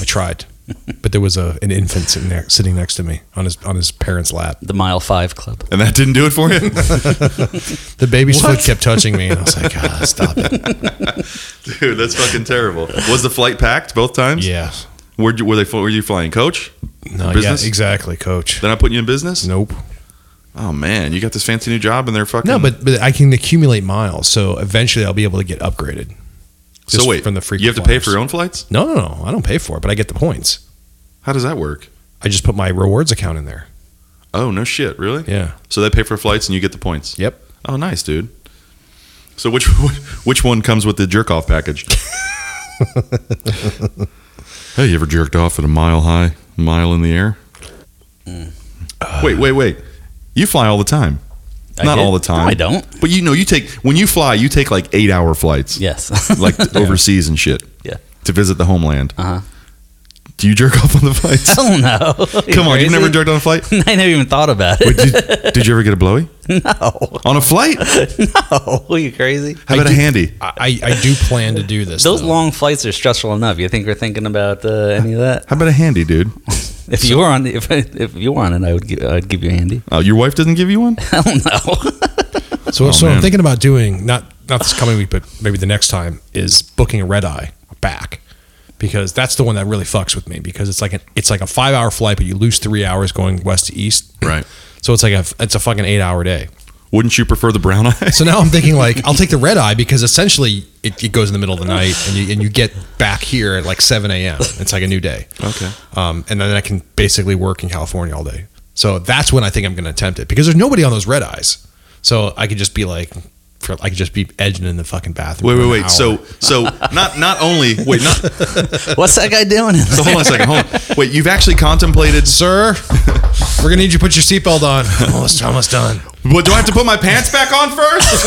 Speaker 2: I tried, but there was a an infant sitting there, sitting next to me on his on his parents' lap.
Speaker 3: The Mile Five Club.
Speaker 1: And that didn't do it for you?
Speaker 2: The baby's
Speaker 1: What?
Speaker 2: foot kept touching me, and I was like, ah, "Stop it!"
Speaker 1: Dude, that's fucking terrible. Was the flight packed both times?
Speaker 2: Yeah.
Speaker 1: Where'd you, were they? fl- Were you flying coach?
Speaker 2: No.
Speaker 1: Business?
Speaker 2: Yeah. Exactly, Coach.
Speaker 1: They're not putting you in business?
Speaker 2: Nope.
Speaker 1: Oh, man. You got this fancy new job and they're fucking.
Speaker 2: No, but but I can accumulate miles, so eventually I'll be able to get upgraded.
Speaker 1: So
Speaker 2: Just
Speaker 1: wait.
Speaker 2: from the frequent
Speaker 1: you have to pay
Speaker 2: flyers.
Speaker 1: for your own flights?
Speaker 2: No, no, no. I don't pay for it, but I get the points.
Speaker 1: How does that work?
Speaker 2: I just put my rewards account in there.
Speaker 1: Oh, no shit. Really?
Speaker 2: Yeah.
Speaker 1: So they pay for flights and you get the points.
Speaker 2: Yep.
Speaker 1: Oh, nice, dude. So which which one comes with the jerk off package? hey, you ever jerked off at a mile high, mile in the air?
Speaker 3: Mm.
Speaker 1: Wait, wait, wait. You fly all the time.
Speaker 3: I
Speaker 1: Not
Speaker 3: did.
Speaker 1: all the time.
Speaker 3: No, I don't.
Speaker 1: But you know, you take when you fly, you take like eight hour flights,
Speaker 3: Yes.
Speaker 1: like overseas and shit.
Speaker 3: Yeah.
Speaker 1: To visit the homeland.
Speaker 3: Uh-huh.
Speaker 1: Do you jerk off on the flights?
Speaker 3: Hell no. You
Speaker 1: Come on, you've never
Speaker 3: crazy?
Speaker 1: jerked on a flight?
Speaker 3: I never even thought about
Speaker 1: Wait,
Speaker 3: it.
Speaker 1: did, did you ever get a blowy?
Speaker 3: No.
Speaker 1: On a flight? How
Speaker 3: No. Are you crazy?
Speaker 1: about a
Speaker 2: do-
Speaker 1: handy?
Speaker 2: I, I do plan to do this.
Speaker 3: Those
Speaker 2: though.
Speaker 3: long flights are stressful enough. You think we're thinking about uh, any of that?
Speaker 1: How about a handy, dude?
Speaker 3: If you were on, if, if you were on it, I would give, I'd give you a handy.
Speaker 1: Oh, your wife doesn't give you one?
Speaker 3: Hell no.
Speaker 2: So,
Speaker 1: Oh,
Speaker 2: so
Speaker 1: man.
Speaker 2: I'm thinking about doing not not this coming week, but maybe the next time is booking a red eye back because that's the one that really fucks with me because it's like an it's like a five hour flight, but you lose three hours going west to east.
Speaker 1: Right.
Speaker 2: So it's like a it's a fucking eight hour day.
Speaker 1: Wouldn't you prefer the brown eye?
Speaker 2: So now I'm thinking like I'll take the red eye because essentially it, it goes in the middle of the night and you and you get back here at like seven a.m. It's like a new day.
Speaker 1: Okay.
Speaker 2: Um, and then I can basically work in California all day. So that's when I think I'm going to attempt it because there's nobody on those red eyes. So I could just be like, for- I could just be edging in the fucking bathroom.
Speaker 1: Wait,
Speaker 2: for
Speaker 1: wait,
Speaker 2: an
Speaker 1: wait.
Speaker 2: hour.
Speaker 1: So, so not not only wait, not so.
Speaker 3: What's that guy doing?
Speaker 1: Hold on a second. Hold on. Wait, you've actually contemplated.
Speaker 2: sir, we're going to need you to put your seatbelt on. almost, almost done.
Speaker 1: What do I have to put my pants back on first?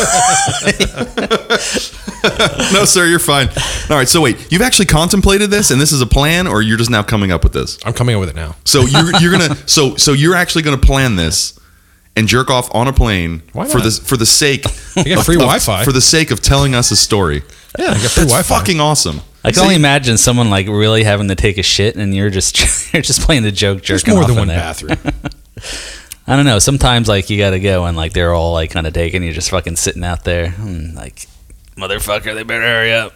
Speaker 1: no, sir, you're fine. All right. So wait, you've actually contemplated this, and this is a plan, or you're just now coming up with this?
Speaker 2: I'm coming up with it now.
Speaker 1: So you're you're gonna so so you're actually gonna plan this and jerk off on a plane
Speaker 2: Why
Speaker 1: for
Speaker 2: not?
Speaker 1: the for the sake
Speaker 2: I got free
Speaker 1: of-
Speaker 2: Wi-Fi.
Speaker 1: for the sake of telling us a story.
Speaker 2: yeah, I got free Wi-Fi.
Speaker 1: Fucking awesome.
Speaker 3: I can only imagine someone like really having to take a shit, and you're just you're just playing the joke,
Speaker 2: There's
Speaker 3: jerking
Speaker 2: more
Speaker 3: off
Speaker 2: than
Speaker 3: in
Speaker 2: one
Speaker 3: there.
Speaker 2: bathroom.
Speaker 3: I don't know. Sometimes like you got to go, and like they're all like kind of taken. You're just fucking sitting out there, and, like motherfucker, they better hurry up.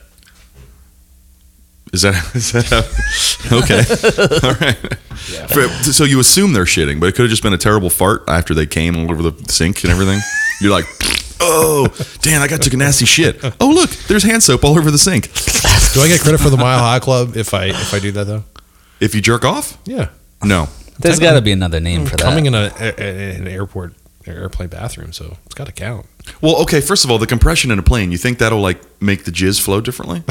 Speaker 1: Is that is that how, okay? All right. For- so you assume they're shitting, but it could have just been a terrible fart after they came all over the sink and everything. You're like, oh, damn, I got took a nasty shit. Oh look, there's hand soap all over the sink.
Speaker 2: Do I get credit for the Mile High Club if I if I do that though?
Speaker 1: If you jerk off,
Speaker 2: Yeah,
Speaker 1: no.
Speaker 3: There's got to be another name for that.
Speaker 2: coming in a, a- a- an airport an airplane bathroom, so it's got to count.
Speaker 1: Well, okay. First of all, the compression in a plane. You think that'll like make the jizz flow differently?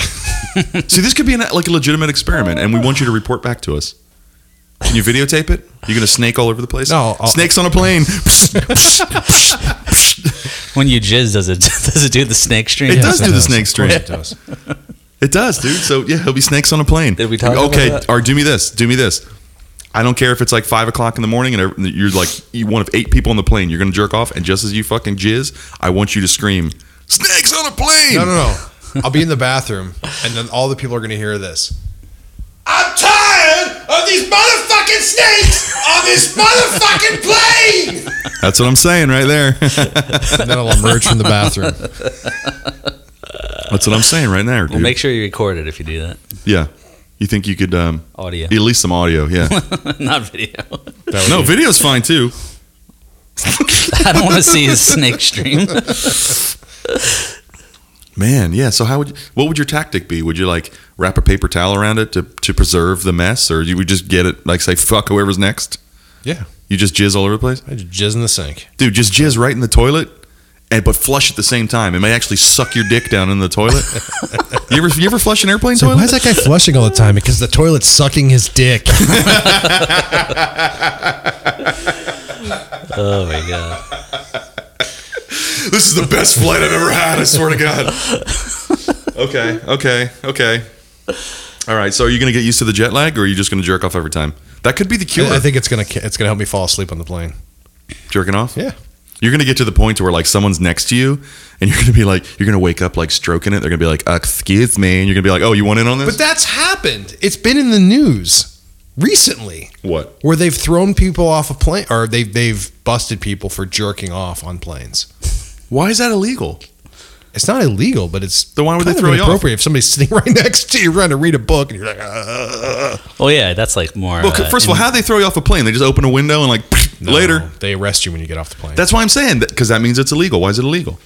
Speaker 1: See, this could be an, like a legitimate experiment, and we want you to report back to us. Can you videotape it? You're gonna snake all over the place.
Speaker 2: No, I'll-
Speaker 1: snakes on a plane.
Speaker 3: when you jizz, does it does it do the snake stream?
Speaker 1: It does do
Speaker 2: It
Speaker 1: the
Speaker 2: does.
Speaker 1: snake stream.
Speaker 2: Of course it does.
Speaker 1: It does, dude. So yeah, he'll be snakes on a plane.
Speaker 3: Did we talk about
Speaker 1: Okay,
Speaker 3: that?
Speaker 1: or do me this. Do me this. I don't care if it's like five o'clock in the morning and every- you're like you one of eight people on the plane. You're gonna jerk off, and just as you fucking jizz, I want you to scream, "Snakes on a plane!"
Speaker 2: No, no, no. I'll be in the bathroom, and then all the people are going to hear this.
Speaker 5: I'm tired of these motherfucking snakes on this motherfucking plane!
Speaker 1: That's what I'm saying right there.
Speaker 2: And then I'll emerge from the bathroom.
Speaker 1: That's what I'm saying right now, dude.
Speaker 3: Well, make sure you record it if you do that.
Speaker 1: yeah, you think you could um,
Speaker 3: Audio,
Speaker 1: at least some audio? Yeah.
Speaker 3: not video.
Speaker 1: no, video's fine too.
Speaker 3: I don't want to see his snake stream.
Speaker 1: Man, yeah. So how would what would your tactic be? Would you like wrap a paper towel around it to to preserve the mess, or you would just get it like say fuck whoever's next?
Speaker 2: Yeah.
Speaker 1: You just jizz all over the place.
Speaker 2: I just jizz in the sink.
Speaker 1: dude just jizz right in the toilet and but flush at the same time it might actually suck your dick down in the toilet you ever you ever flush an airplane toilet
Speaker 2: why is that guy flushing all the time? Because the toilet's sucking his dick.
Speaker 3: Oh my god.
Speaker 1: this is the best flight i've ever had i swear to god okay okay okay all right so are you gonna get used to the jet lag or are you just gonna jerk off every time that could be the cure
Speaker 2: I think it's gonna it's gonna help me fall asleep on the plane.
Speaker 1: jerking off
Speaker 2: Yeah.
Speaker 1: you're gonna get to the point to where like someone's next to you and you're gonna be like you're gonna wake up like stroking it they're gonna be like excuse me and you're gonna be like oh you want in on this
Speaker 2: But that's happened. It's been in the news recently
Speaker 1: what
Speaker 2: where they've thrown people off a plane or they they've busted people for jerking off on planes.
Speaker 1: why is that illegal
Speaker 2: It's not illegal, but it's
Speaker 1: Then why would they
Speaker 2: kind of
Speaker 1: throw you off?
Speaker 2: inappropriate if somebody's sitting right next to you trying to read a book and you're like, "Ugh."
Speaker 3: Well, yeah, that's like more.
Speaker 1: well, c-
Speaker 3: uh,
Speaker 1: first of all, how do they throw you off a plane? They just open a window and like
Speaker 2: No,
Speaker 1: later.
Speaker 2: they arrest you when you get off the plane.
Speaker 1: That's why I'm saying because that means it's illegal. Why is it illegal?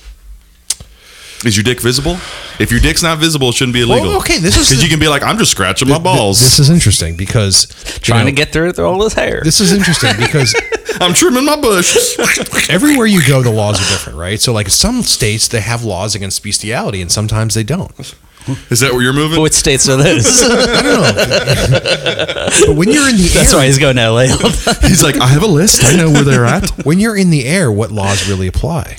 Speaker 1: Is your dick visible? If your dick's not visible, it shouldn't be illegal.
Speaker 2: Well, okay, this is
Speaker 1: because you can be like, I'm just scratching my balls.
Speaker 2: This is interesting because
Speaker 3: trying to get through it through all his hair.
Speaker 2: This is interesting because
Speaker 1: I'm trimming my bush.
Speaker 2: everywhere you go, the laws are different, right? So, like some states, they have laws against bestiality, and sometimes they don't.
Speaker 1: is that where you're moving?
Speaker 3: Which Oh, states are those?
Speaker 2: But when you're in the
Speaker 3: that's
Speaker 2: air,
Speaker 3: why he's going to LA. all the time.
Speaker 1: He's like, I have a list. I know where they're at.
Speaker 2: when you're in the air, what laws really apply?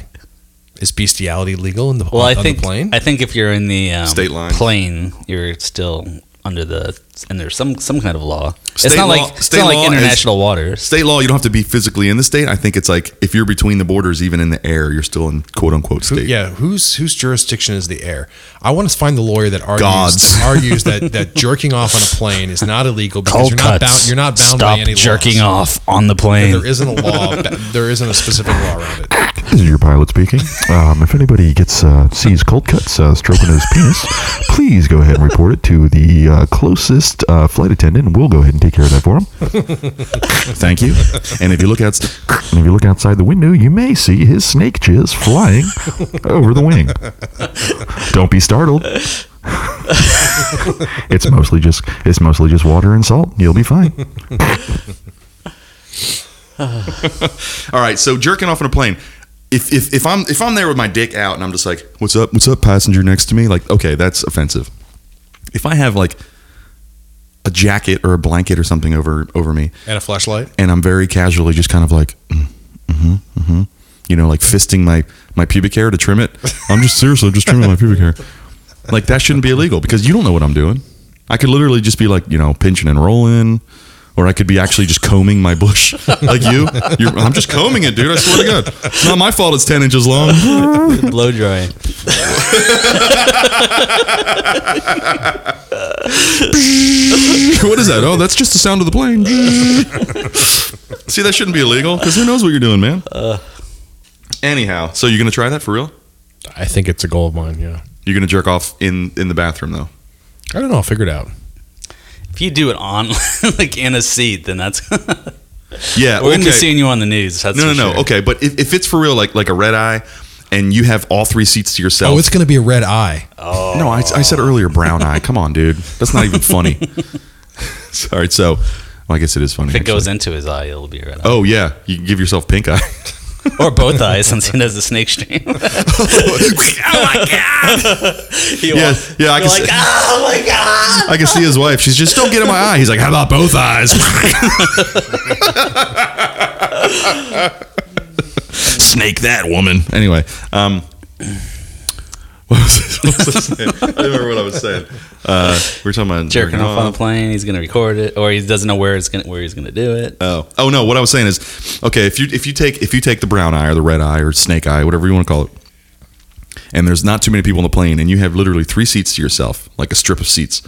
Speaker 2: Is bestiality legal in the
Speaker 3: well, I
Speaker 2: on
Speaker 3: think
Speaker 2: the plane?
Speaker 3: I think if you're in the um,
Speaker 1: State lines.
Speaker 3: plane, you're still under the and there's some some kind of law. it's
Speaker 1: State
Speaker 3: not
Speaker 1: law-
Speaker 3: like it's
Speaker 1: state
Speaker 3: not
Speaker 1: law
Speaker 3: like
Speaker 1: is-
Speaker 3: international waters.
Speaker 1: State law, you don't have to be physically in the state. I think it's like if you're between the borders, even in the air, you're still in quote unquote
Speaker 2: Who-
Speaker 1: state.
Speaker 2: yeah, whose whose jurisdiction is the air? I want to find the lawyer that argues
Speaker 1: God's.
Speaker 2: that argues that that jerking off on a plane is not illegal because you're not bound you're not bound
Speaker 3: Stop
Speaker 2: by any
Speaker 3: jerking
Speaker 2: laws.
Speaker 3: off on the plane.
Speaker 2: There isn't a law. ba- There isn't a specific law around it.
Speaker 6: This is your pilot speaking. Um, if anybody gets uh, sees cold cuts uh, stroking his penis, please go ahead and report it to the uh, closest uh, flight attendant, and we'll go ahead and take care of that for him.
Speaker 1: Thank you. And if you look out,
Speaker 6: And if you look outside the window, you may see his snake jizz flying over the wing. Don't be startled. it's mostly just it's mostly just water and salt. You'll be fine.
Speaker 1: all right. So jerking off on a plane. If, if, if I'm if I'm there with my dick out and I'm just like, what's up, what's up, passenger next to me? Like, okay, that's offensive. If I have like a jacket or a blanket or something over over me,
Speaker 2: And a flashlight.
Speaker 1: and I'm very casually just kind of like, mm, mm-hmm, mm-hmm, you know, like fisting my my pubic hair to trim it. I'm just seriously just trimming my pubic hair. Like that shouldn't be illegal because you don't know what I'm doing. I could literally just be like, you know, pinching and rolling, or I could be actually just combing my bush like you. You're, I'm just combing it, dude. I swear to God, it's not my fault. It's ten inches long.
Speaker 3: blow drying.
Speaker 1: what is that? Oh, that's just the sound of the plane. See, that shouldn't be illegal because who knows what you're doing, man. Anyhow, so you're gonna try that for real?
Speaker 2: I think it's a goal of mine. Yeah.
Speaker 1: You're gonna jerk off in in the bathroom though.
Speaker 2: I don't know. I'll figure it out.
Speaker 3: If you do it on like in a seat, then that's we're
Speaker 1: Yeah,
Speaker 3: gonna be
Speaker 1: okay.
Speaker 3: seeing you on the news. That's
Speaker 1: No, no,
Speaker 3: for
Speaker 1: no.
Speaker 3: sure.
Speaker 1: Okay, but if, if it's for real, like like a red eye, and you have all three seats to yourself.
Speaker 2: Oh, it's going to be a red eye.
Speaker 1: no. I, I said earlier, brown eye. Come on, dude. That's not even funny. Sorry. So, well, I guess it is funny.
Speaker 3: If it goes
Speaker 1: actually.
Speaker 3: into his eye, it'll be right.
Speaker 1: Oh yeah, you can give yourself pink eye.
Speaker 3: Or both eyes, since he does the snake stream. oh my god! he
Speaker 1: Yeah,
Speaker 3: walks-
Speaker 1: yeah, I
Speaker 3: you're
Speaker 1: can
Speaker 3: like,
Speaker 1: see-
Speaker 3: oh my god!
Speaker 1: I can see his wife. She's just don't get in my eye. He's like, how about both eyes? Snake that woman. Anyway, um, what was, what was I saying? I don't remember what I was saying. Uh, we were talking about
Speaker 3: Jerking off on the plane. He's gonna record it, or he doesn't know where it's gonna where he's gonna do it.
Speaker 1: Oh, oh no! What I was saying is, okay, if you if you take if you take the brown eye or the red eye or snake eye, whatever you want to call it, and there's not too many people on the plane, and you have literally three seats to yourself, like a strip of seats,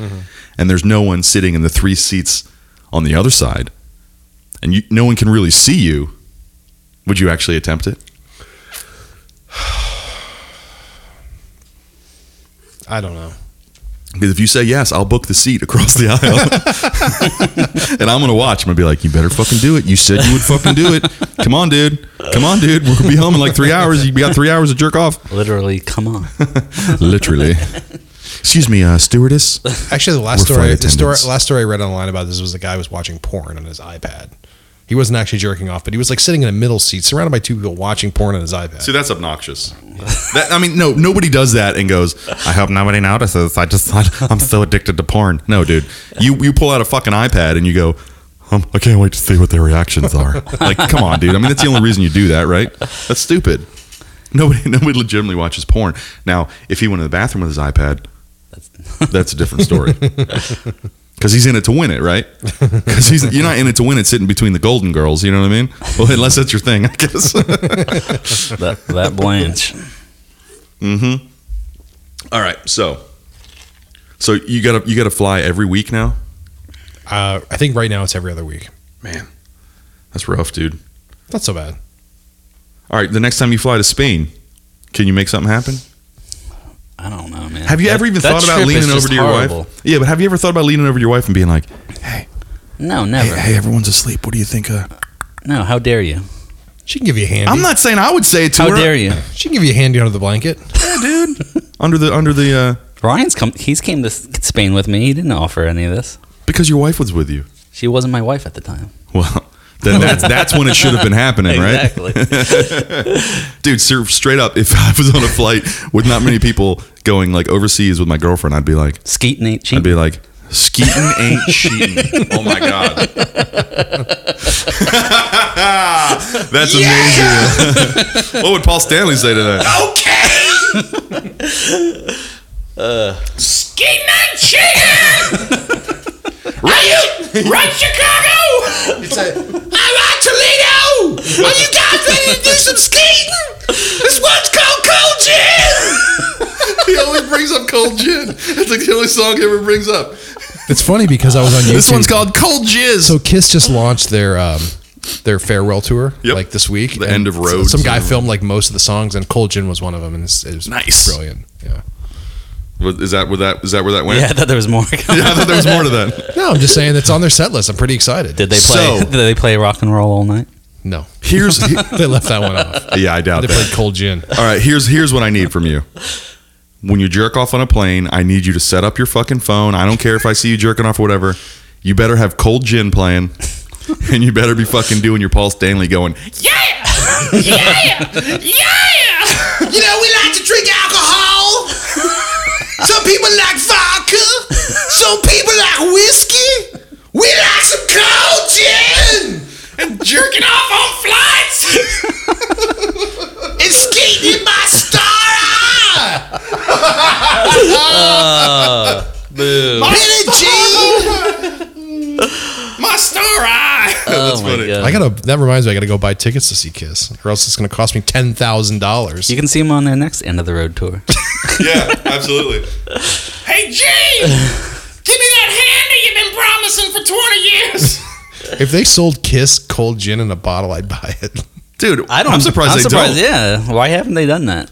Speaker 1: and there's no one sitting in the three seats on the other side, and you, no one can really see you, would you actually attempt it?
Speaker 2: I don't know.
Speaker 1: Because if you say yes, I'll book the seat across the aisle, and I'm gonna watch. I'm gonna be like, "You better fucking do it. You said you would fucking do it. Come on, dude. Come on, dude. We'll be home in like three hours. You got three hours to jerk off."
Speaker 3: Literally, come on.
Speaker 1: literally. Excuse me, uh, stewardess.
Speaker 2: Actually, the last
Speaker 1: We're
Speaker 2: story,
Speaker 1: flight
Speaker 2: the story,
Speaker 1: attendants.
Speaker 2: last story I read online about this was a guy who was watching porn on his iPad. He wasn't actually jerking off, but he was like sitting in a middle seat, surrounded by two people watching porn on his iPad.
Speaker 1: See, that's obnoxious. That, I mean, no, nobody does that and goes. I hope nobody notices. I just, I, I'm so addicted to porn. No, dude, you you pull out a fucking iPad and you go. Um, I can't wait to see what their reactions are. Like, come on, dude. I mean, that's the only reason you do that, right? That's stupid. Nobody, nobody legitimately watches porn. Now, if he went to the bathroom with his iPad, that's a different story. Because he's in it to win it, right? Because he's you're not in it to win it sitting between the Golden Girls. You know what I mean? Well, unless that's your thing, I guess.
Speaker 3: that, that Blanche.
Speaker 1: All right, so so you gotta you gotta fly every week now.
Speaker 2: Uh, I think right now it's every other week.
Speaker 1: That's rough, dude.
Speaker 2: Not so bad.
Speaker 1: All right, the next time you fly to Spain, can you make something happen?
Speaker 3: I don't know, man.
Speaker 1: Have you
Speaker 3: That-
Speaker 1: ever even
Speaker 3: that
Speaker 1: thought about
Speaker 3: trip is
Speaker 1: leaning
Speaker 3: just
Speaker 1: over to your
Speaker 3: horrible.
Speaker 1: wife? Yeah, but have you ever thought about leaning over to your wife and being like,
Speaker 3: No, never.
Speaker 1: "Hey, everyone's asleep. What do you think?" Uh?
Speaker 3: No, how dare you?
Speaker 2: She can give you a hand.
Speaker 1: I'm not saying I would say it to
Speaker 3: How
Speaker 1: her.
Speaker 3: dare you?
Speaker 2: She can give you a handy under the blanket.
Speaker 1: Under the under the uh,
Speaker 3: Ryan's come. He's came to Spain with me. He didn't offer any of this.
Speaker 1: because your wife was with you.
Speaker 3: She wasn't my wife at the time.
Speaker 1: Well, then that's that's when it should have been happening, right?
Speaker 3: Exactly.
Speaker 1: dude ser- straight up if i was on a flight with not many people going like overseas with my girlfriend i'd be like
Speaker 3: Skeeting ain't cheap.
Speaker 1: i'd be like skeeting ain't cheating oh my god that's amazing what would Oh. paul stanley say to that
Speaker 5: Okay!
Speaker 7: Keep Manchega! Are you right, Chicago?
Speaker 2: It's a,
Speaker 7: I'm out Toledo! Are you guys ready to do some skating? This one's called Cold Gin!
Speaker 1: he always brings up cold gin. That's like the only song he ever brings up.
Speaker 2: it's funny because I was on YouTube.
Speaker 1: This one's called Cold Jizz.
Speaker 2: So Kiss just launched their um, their farewell tour
Speaker 1: Yep.
Speaker 2: like this week.
Speaker 1: The
Speaker 2: and
Speaker 1: end of
Speaker 2: s-
Speaker 1: roads
Speaker 2: Some guy
Speaker 1: and-
Speaker 2: filmed like most of the songs, and Cold Gin was one of them, and it's, it was
Speaker 1: Nice.
Speaker 2: brilliant. Yeah.
Speaker 1: Was- is that where that is that where that went?
Speaker 3: Yeah, I thought there was more.
Speaker 1: Yeah, I thought there was more to that.
Speaker 2: No, I'm just saying it's on their set list. I'm pretty excited.
Speaker 3: Did they
Speaker 1: So-
Speaker 3: play? did they play rock and roll all night?
Speaker 2: No. Here's they left that one off.
Speaker 1: Yeah, I doubt
Speaker 2: They
Speaker 1: that.
Speaker 2: played Cold Gin.
Speaker 1: All right, here's here's what I need from you. When you jerk off on a plane, I need you to set up your fucking phone. I don't care if I see you jerking off or whatever. You better have cold gin playing, and you better be fucking doing your Paul Stanley going.
Speaker 7: Yeah! Yeah! Yeah!
Speaker 5: You know, we like to drink alcohol. Some people like vodka. Some people like whiskey. We like some cold gin. And jerking off on flights. and skating in my star eye.
Speaker 3: Uh,
Speaker 5: Billie Jean. My star eye.
Speaker 3: That's oh my
Speaker 1: funny.
Speaker 3: God.
Speaker 2: I gotta. That reminds me. I gotta go buy tickets to see Kiss, or else it's gonna cost me ten thousand dollars.
Speaker 3: you can see them on their next end of the road tour.
Speaker 1: Yeah, absolutely.
Speaker 7: Hey, Gene! Give me that hand that you've been promising for 20 years!
Speaker 2: If they sold Kiss cold gin in a bottle, I'd buy it.
Speaker 1: Dude,
Speaker 3: I don't.
Speaker 1: I'm surprised they don't
Speaker 3: Yeah, why haven't they done that?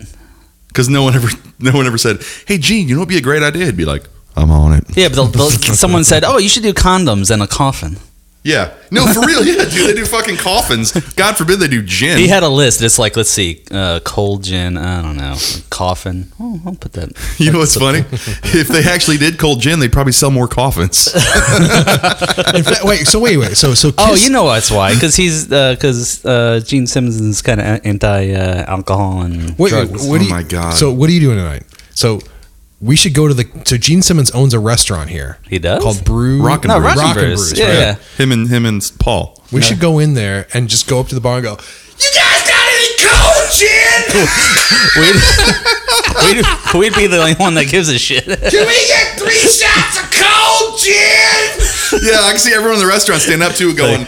Speaker 1: because no one ever no one ever said, "Hey, Gene, you know what'd be a great idea?" He'd be like, "I'm on it."
Speaker 3: Yeah, but they'll, they'll, someone said, "Oh, you should do condoms and a coffin."
Speaker 1: Yeah, no, for real. Yeah, dude, they do fucking coffins. God forbid they do gin.
Speaker 3: He had a list. It's like, let's see, uh, cold gin. I don't know, coffin. Oh, I'll put that.
Speaker 1: You know what's funny? If they actually did cold gin, they'd probably sell more coffins.
Speaker 2: In fact, wait. So wait. Wait. So so. Kiss,
Speaker 3: Oh, you know what's why? Because he's because uh, Gene Simmons is kind of anti-alcohol and
Speaker 2: Wait,
Speaker 3: drugs.
Speaker 2: what do
Speaker 1: Oh
Speaker 2: you,
Speaker 1: my God.
Speaker 2: So what are you doing tonight? So we should go to the. So Gene Simmons owns a restaurant here.
Speaker 3: He does?
Speaker 2: called Brew
Speaker 1: Rockin'
Speaker 3: no,
Speaker 1: Brews.
Speaker 3: Rock and
Speaker 2: Rockin'
Speaker 3: Brews.
Speaker 2: Brews,
Speaker 3: Yeah,
Speaker 2: right.
Speaker 3: yeah.
Speaker 1: Him and him and Paul.
Speaker 2: We should go in there and just go up to the bar and go.
Speaker 5: You guys got any cold gin?
Speaker 3: we'd, we'd be the only one that gives a shit.
Speaker 5: Can we get three shots of cold gin?
Speaker 1: Yeah, I can see everyone in the restaurant standing up too, going,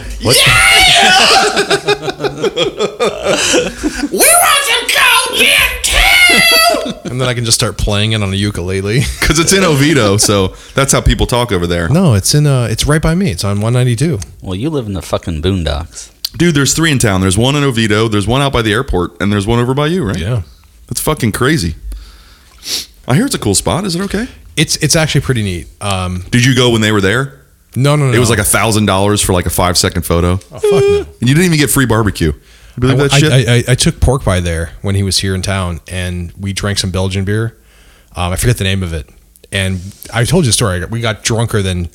Speaker 7: We want some Cold Gin, too!
Speaker 2: And then I can just start playing it on a ukulele.
Speaker 1: because it's in Oviedo, so that's how people talk over there.
Speaker 2: No, it's in. Uh, it's right by me. It's on 192.
Speaker 3: well, you live in the fucking boondocks.
Speaker 1: Dude, there's three in town. There's one in Oviedo, there's one out by the airport, and there's one over by you, right? That's fucking crazy. I hear it's a cool spot. Is it okay?
Speaker 2: It's it's actually pretty neat. Um,
Speaker 1: Did you go when they were there?
Speaker 2: no, no, no.
Speaker 1: It was like a thousand dollars for like a five second photo.
Speaker 2: oh, fuck no.
Speaker 1: And you didn't even get free barbecue. You believe that
Speaker 2: I,
Speaker 1: shit?
Speaker 2: I, I, I took pork pie there when he was here in town, and we drank some Belgian beer. Um, I forget the name of it, and I told you a story. We got drunker than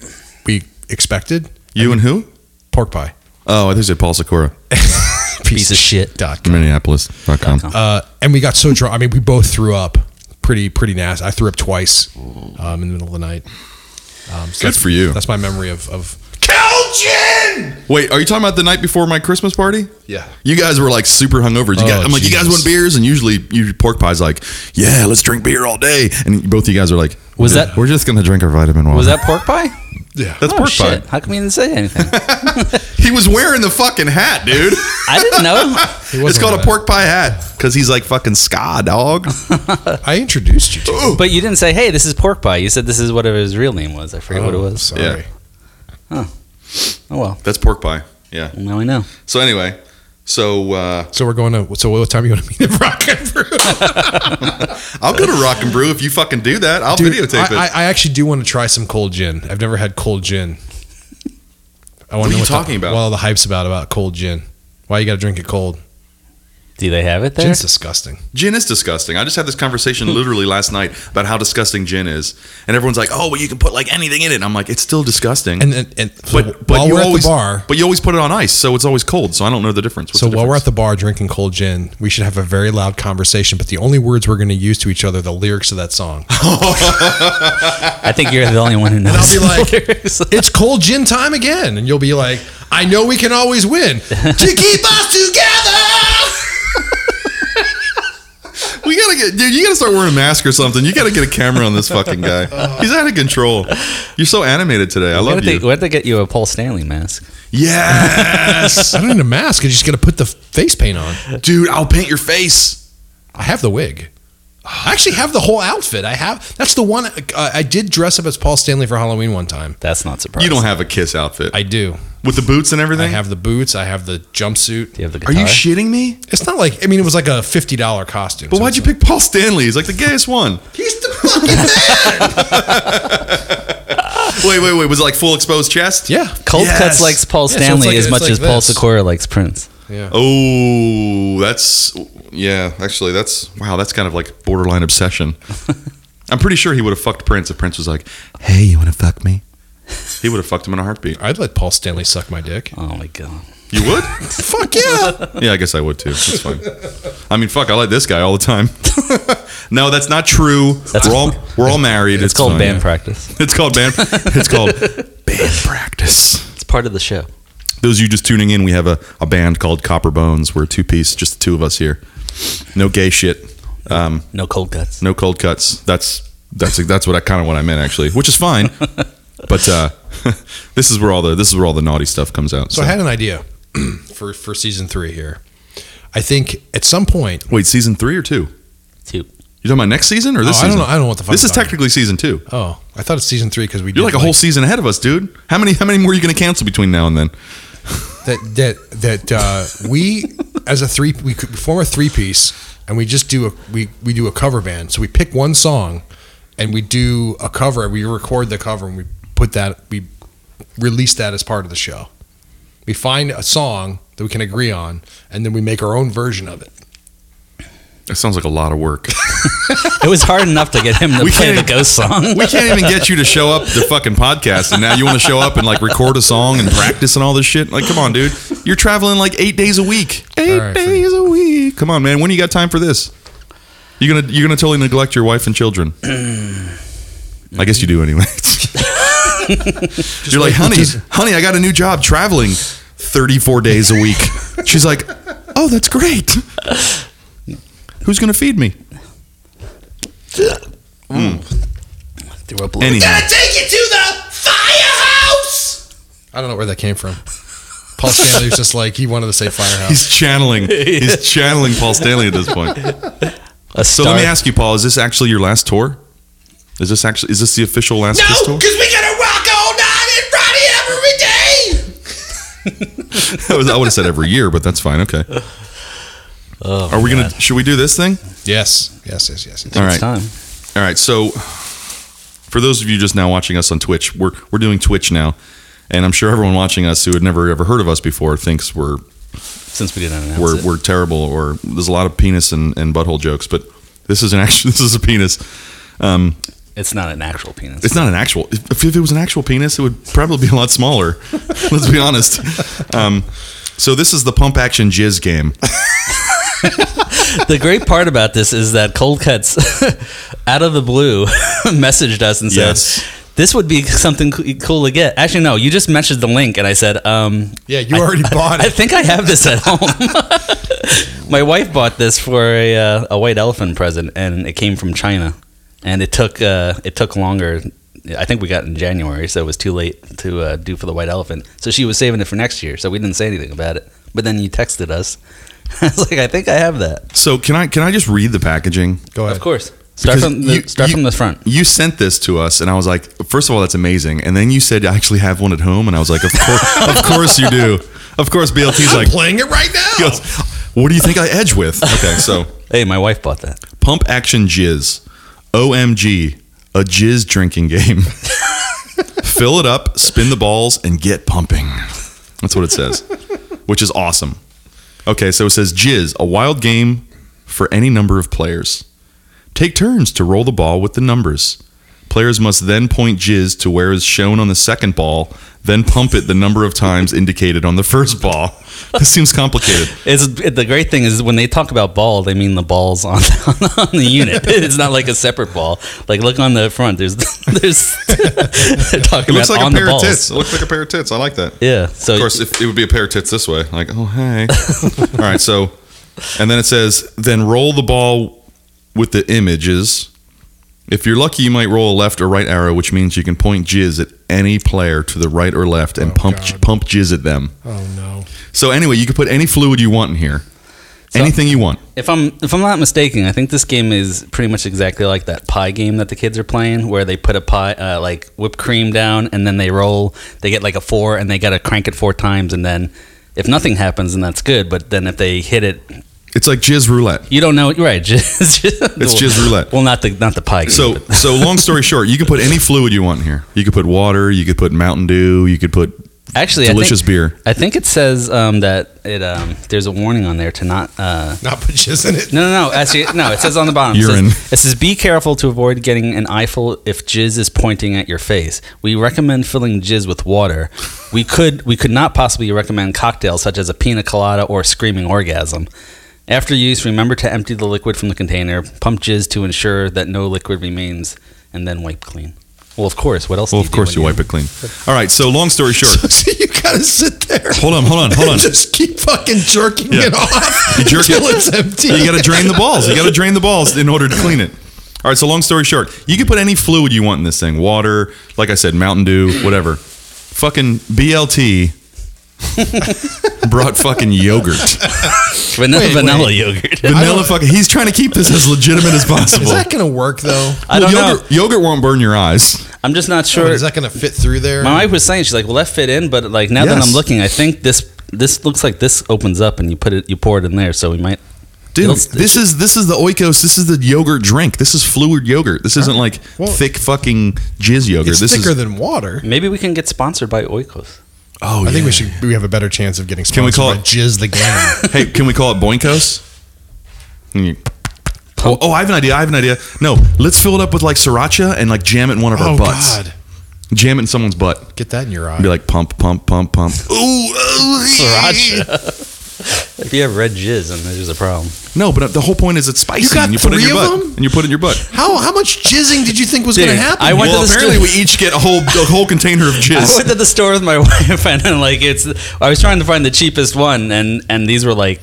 Speaker 2: we expected.
Speaker 1: you and who?
Speaker 2: Pork pie.
Speaker 1: Oh, I think it said Paul Sakura.
Speaker 3: Piece of shit.
Speaker 2: Dot.
Speaker 1: Minneapolis.com.
Speaker 2: Uh, and we got so drunk. I mean, we both threw up. Pretty pretty nasty. I threw up twice um, in the middle of the night. Um, so
Speaker 1: Good
Speaker 2: that's-
Speaker 1: for you.
Speaker 2: That's my memory of, of
Speaker 5: Cold gin!
Speaker 1: Wait, are you talking about the night before my Christmas party?
Speaker 2: yeah.
Speaker 1: You guys were like super hungover. You
Speaker 2: Oh,
Speaker 1: guys, I'm like, you guys
Speaker 2: Jesus.
Speaker 1: want beers? And usually, you pork pie's like, yeah, let's drink beer all day. And both of you guys are like,
Speaker 3: Was
Speaker 1: "We're-
Speaker 3: that-
Speaker 1: We're just gonna drink our vitamin water.
Speaker 3: Was that pork pie?
Speaker 2: Yeah.
Speaker 1: That's
Speaker 3: Oh,
Speaker 1: pork
Speaker 3: shit.
Speaker 1: pie.
Speaker 3: How come you didn't say anything?
Speaker 1: He was wearing the fucking hat, dude.
Speaker 3: I didn't know.
Speaker 1: it's
Speaker 2: wasn't
Speaker 1: called a
Speaker 2: wearing
Speaker 1: pork pie hat because he's like fucking ska dog.
Speaker 2: I introduced you to. it.
Speaker 3: But you didn't say, "Hey, this is pork pie." You said this is whatever his real name was. I forget what it
Speaker 2: Oh,
Speaker 3: was.
Speaker 2: Sorry.
Speaker 3: Oh well,
Speaker 1: That's pork pie. Yeah.
Speaker 3: now I know.
Speaker 1: So anyway, so uh,
Speaker 2: So we're going to. So what time you want to meet at Rock and Brew?
Speaker 1: I'll go to Rock and Brew if you fucking do that. I'll
Speaker 2: Dude,
Speaker 1: videotape
Speaker 2: I,
Speaker 1: it.
Speaker 2: I, I actually do want to try some cold gin. I've never had cold gin. I
Speaker 1: What are you
Speaker 2: want to know what the-
Speaker 1: talking about?
Speaker 2: What all the hype's about about cold gin? Why you got to drink it cold?
Speaker 3: Do they have it there?
Speaker 2: Gin's disgusting.
Speaker 1: Gin is disgusting. I just had this conversation literally last night about how disgusting gin is, and everyone's like, "Oh, well, you can put like anything in it." And I'm like, "It's still disgusting."
Speaker 2: And and, and so
Speaker 1: but but
Speaker 2: while
Speaker 1: you
Speaker 2: we're
Speaker 1: always
Speaker 2: at the bar,
Speaker 1: but you always put it on ice, so it's always cold. So I don't know the difference. What's
Speaker 2: so
Speaker 1: the
Speaker 2: while we're at
Speaker 1: difference?
Speaker 2: the bar drinking cold gin, we should have a very loud conversation. But the only words we're going to use to each other are the lyrics of that song.
Speaker 3: I think you're the only one who knows.
Speaker 2: I'll be
Speaker 3: the
Speaker 2: like-
Speaker 3: lyrics.
Speaker 2: it's cold gin time again, and you'll be like, I know we can always win.
Speaker 5: To keep us together!
Speaker 1: we gotta gotta get, dude, you gotta start wearing a mask or something. You gotta get a camera on this fucking guy. He's out of control. You're so animated today. I
Speaker 3: Why
Speaker 1: love
Speaker 3: did, they,
Speaker 1: you.
Speaker 3: why did they get you a Paul Stanley mask?
Speaker 1: Yes,
Speaker 2: I don't need a mask. I just got to put the face paint on.
Speaker 1: dude. I'll paint your face.
Speaker 2: I have the wig. I actually have the whole outfit. I have. That's the one. Uh, I did dress up as Paul Stanley for Halloween one time.
Speaker 3: That's not surprising.
Speaker 1: You don't have a kiss outfit
Speaker 2: I do.
Speaker 1: with the boots and everything.
Speaker 2: I have the boots. I have the jumpsuit.
Speaker 3: Do you have the
Speaker 1: Are
Speaker 3: guitar?
Speaker 1: you shitting me?
Speaker 2: It's not like. I mean, it was like a fifty dollar costume.
Speaker 1: But
Speaker 2: so
Speaker 1: why'd you
Speaker 2: it's
Speaker 1: pick Paul Stanley? He's like the gayest one.
Speaker 5: He's the fucking man.
Speaker 1: Wait, wait, wait. Was it like full exposed chest?
Speaker 2: not- Yeah.
Speaker 3: Cold
Speaker 1: Yes.
Speaker 3: Cuts likes Paul
Speaker 2: Yeah, so it's
Speaker 3: Stanley
Speaker 2: like-
Speaker 3: as
Speaker 2: it's
Speaker 3: much
Speaker 2: like
Speaker 3: as Paul
Speaker 2: this.
Speaker 3: Sikora likes Prince.
Speaker 2: Yeah.
Speaker 1: Oh, that's yeah. Actually, that's wow. That's kind of like borderline obsession. I'm pretty sure he would have fucked Prince if Prince was like, "Hey, you want to fuck me?" He would have fucked him in a heartbeat.
Speaker 2: I'd let Paul Stanley suck my dick.
Speaker 3: Oh my god.
Speaker 1: You would?
Speaker 2: Fuck yeah.
Speaker 1: yeah, I guess I would too. That's fine. I mean, fuck, I like this guy all the time. no, that's not true.
Speaker 3: That's-
Speaker 1: we're all we're all married.
Speaker 3: It's, called
Speaker 1: fine.
Speaker 3: band practice.
Speaker 1: It's called band. It's called band practice.
Speaker 3: It's part of the show.
Speaker 1: those of you just tuning in, we have a, a band called Copper Bones. We're a two piece, just the two of us here. No gay shit,
Speaker 3: No cold cuts.
Speaker 1: no cold cuts. That's that's that's what I kind of what I meant actually, which is fine. but uh, this is where all the this is where all the naughty stuff comes out.
Speaker 2: So
Speaker 1: So,
Speaker 2: I had an idea for for season three here. I think at some point.
Speaker 1: wait, season three or two?
Speaker 3: Two.
Speaker 1: You talking about next season or this?
Speaker 2: Oh, I
Speaker 1: season?
Speaker 2: don't know- I don't know what the fuck
Speaker 1: This
Speaker 2: I'm
Speaker 1: is
Speaker 2: talking
Speaker 1: technically season two.
Speaker 2: Oh, I thought it's season three because we.
Speaker 1: You're like a whole season ahead of us, dude. How many how many more are you going to cancel between now and then?
Speaker 2: that that that uh, we as a three we could form a three piece and we just do a we we do a cover band. So we pick one song and we do a cover. We record the cover and we put that we release that as part of the show. We find a song that we can agree on and then we make our own version of it.
Speaker 1: That sounds like a lot of work.
Speaker 3: It was hard enough to get him to
Speaker 1: We
Speaker 3: play the
Speaker 1: can't-
Speaker 3: ghost song.
Speaker 1: we can't even get you to show up to fucking podcast, and now you want to show up and like record a song and practice and all this shit. Like, come on, dude, you're traveling like eight days a week. Eight
Speaker 2: right,
Speaker 1: days a week. Come on, man. When do you got time for this? You're gonna you're gonna totally neglect your wife and children. I guess you do anyway. you're like, honey, honey, I got a new job traveling 34 days a week. She's like, oh, that's great. Who's gonna feed me?
Speaker 3: Threw up a little-
Speaker 1: Anyhow,
Speaker 7: Gonna take you to the firehouse!
Speaker 2: I don't know where that came from. Paul Stanley was just like he wanted to say firehouse.
Speaker 1: he's channeling he's channeling Paul Stanley at this point.
Speaker 3: a
Speaker 1: So
Speaker 3: star.
Speaker 1: let me ask you, Paul, is this actually your last tour? Is this actually is this the official last Kiss
Speaker 7: No,
Speaker 1: tour?
Speaker 7: because we gonna rock all night and Friday every day!
Speaker 1: I was- I would have said every year, but that's fine. Okay. Are we gonna? Should we do this thing?
Speaker 2: Yes, yes, yes, yes.
Speaker 1: All right.
Speaker 3: It's time.
Speaker 1: All right. So, for those of you just now watching us on Twitch, we're we're doing Twitch now, and I'm sure everyone watching us who had never ever heard of us before thinks we're
Speaker 3: Since we didn't announce
Speaker 1: we're,
Speaker 3: it.
Speaker 1: we're terrible or there's a lot of penis and, and butthole jokes, but this is an actual this is a penis. Um,
Speaker 3: It's not an actual penis.
Speaker 1: it's not an actual. If, if it was an actual penis, it would probably be a lot smaller. let's be honest. Um, so this is the pump action jizz game.
Speaker 3: the great part about this is that Cold Cuts, out of the blue, messaged us and said,
Speaker 1: Yes.
Speaker 3: "This would be something co- cool to get." Actually, no, you just mentioned the link, and I said, um,
Speaker 2: Yeah, you already bought
Speaker 3: "I
Speaker 2: it.
Speaker 3: think I have this at home." My wife bought this for a, uh, a white elephant present, and it came from China, and it took uh, it took longer. I think we got it in January, so it was too late to uh, do for the white elephant. So she was saving it for next year, so we didn't say anything about it. But then you texted us. I was like, I think I have that.
Speaker 1: So can I can I just read the packaging?
Speaker 2: Go ahead.
Speaker 3: Of course. Start
Speaker 1: Because
Speaker 3: from the,
Speaker 1: you-
Speaker 3: start
Speaker 1: you-
Speaker 3: from the front.
Speaker 1: You sent this to us, and I was like, first of all, that's amazing. And then you said, I actually have one at home, and I was like, of course, of course you do. Of course, BLT's like,
Speaker 2: Playing it right now.
Speaker 1: he goes, what do you think I edge with? Okay, so
Speaker 3: Hey, my wife bought that.
Speaker 1: pump action jizz, OMG, a jizz drinking game. Fill it up, spin the balls, and get pumping. That's what it says, which is awesome. Okay, so it says Jizz, a wild game for any number of players. Take turns to roll the ball with the numbers. Players must then point Jizz to where is shown on the second ball, then pump it the number of times indicated on the first ball. This seems complicated.
Speaker 3: It's the great thing is when they talk about ball, they mean the balls on on, the unit. it's not like a separate ball. Like look on the front. There's there's they're
Speaker 1: It
Speaker 3: talking
Speaker 1: looks
Speaker 3: about
Speaker 1: like
Speaker 3: on
Speaker 1: a
Speaker 3: the
Speaker 1: pair of
Speaker 3: balls.
Speaker 1: tits. It looks like a pair of tits. I like that.
Speaker 3: Yeah. So
Speaker 1: Of course, if it would be a pair of tits this way, like, oh hey. All right, so, and then it says, then roll the ball with the images. If you're lucky, you might roll a left or right arrow, which means you can point jizz at any player to the right or left and pump pump jizz at them.
Speaker 2: Oh no.
Speaker 1: So anyway, you can put any fluid you want in here, anything you want.
Speaker 3: If I'm if I'm not mistaken, I think this game is pretty much exactly like that pie game that the kids are playing, where they put a pie uh, like whipped cream down, and then they roll. They get like a four, and they got to crank it four times, and then if nothing happens, then that's good. But then if they hit it,
Speaker 1: It's like jizz roulette.
Speaker 3: you don't know. You're right. Just, just,
Speaker 1: It's just roulette.
Speaker 3: Well, not the not the pie game.
Speaker 1: So,
Speaker 3: but-
Speaker 1: so long story short, you can put any fluid you want in here. You could put water. You could put Mountain Dew. You could put
Speaker 3: actually,
Speaker 1: delicious
Speaker 3: I think,
Speaker 1: beer.
Speaker 3: I think it says um, that it um, there's a warning on there to not. Uh,
Speaker 2: Not put jizz in it.
Speaker 3: No, no, no. Actually, no. It says on the bottom.
Speaker 1: Urine.
Speaker 3: It says, it says, "Be careful to avoid getting an eyeful if jizz is pointing at your face. We recommend filling jizz with water. We could, we could not possibly recommend cocktails such as a pina colada or screaming orgasm. After use, remember to empty the liquid from the container. Pump jizz to ensure that no liquid remains, and then wipe clean. Well, of course. What else?
Speaker 1: Well,
Speaker 3: do
Speaker 1: of course, you
Speaker 3: do when
Speaker 1: wipe it clean. All right. So, long story short,
Speaker 2: So you gotta sit there.
Speaker 1: hold on, hold on, hold on.
Speaker 2: And just keep fucking jerking
Speaker 1: Yeah.
Speaker 2: it off
Speaker 1: You jerk
Speaker 2: until
Speaker 1: it.
Speaker 2: it's empty.
Speaker 1: You got to drain the balls. You got to drain the balls in order to clean it. All right. So, long story short, you can put any fluid you want in this thing. Water, like I said, Mountain Dew, whatever. Fucking BLT brought fucking yogurt.
Speaker 3: Vanilla, vanilla yogurt.
Speaker 1: Vanilla fucking. He's trying to keep this as legitimate as possible.
Speaker 2: Is that gonna work though?
Speaker 3: I don't know.
Speaker 1: yogurt, yogurt won't burn your eyes.
Speaker 3: I'm just not sure.
Speaker 2: Is that gonna fit through there?
Speaker 3: My wife was saying she's like, "Well, that fit in," but like now that
Speaker 1: Yes.
Speaker 3: I'm looking, I think this this looks like this opens up and you put it you pour it in there, so we might.
Speaker 1: Dude,
Speaker 3: It'll-
Speaker 1: this is this is the oikos. This is the yogurt drink. This is fluid yogurt. This isn't like
Speaker 2: Well,
Speaker 1: thick fucking jizz yogurt.
Speaker 2: it's
Speaker 1: this
Speaker 2: thicker
Speaker 1: is
Speaker 2: than water.
Speaker 3: Maybe we can get sponsored by Oikos.
Speaker 1: oh.
Speaker 2: I think
Speaker 1: yeah.
Speaker 2: we should. We have a better chance of getting.
Speaker 1: Can we call
Speaker 2: sponsored by Jizz the game?
Speaker 1: Hey, can we call it boinkos? And you- Oh, oh, I have an idea. I have an idea. No, let's fill it up with like sriracha and like jam it in one of our
Speaker 2: oh
Speaker 1: butts.
Speaker 2: God!
Speaker 1: Jam it in someone's butt.
Speaker 2: Get that in your eye.
Speaker 1: Be like pump, pump, pump, pump.
Speaker 3: Sriracha. if you have red jizz, then there's a problem.
Speaker 1: No, but uh, the whole point is it's spicy.
Speaker 2: got
Speaker 1: and you put it in
Speaker 2: three
Speaker 1: your
Speaker 2: of
Speaker 1: butt
Speaker 2: them?
Speaker 1: and you put it in your butt.
Speaker 2: how how much jizzing did you think was gonna
Speaker 3: Dude,
Speaker 2: happen?
Speaker 3: I went
Speaker 1: well,
Speaker 3: to the
Speaker 1: apparently
Speaker 3: store-
Speaker 1: we each get a whole a whole container of
Speaker 3: I
Speaker 1: jizz.
Speaker 3: went to the store with my wife, and then, like it's. I was trying to find the cheapest one, and and these were like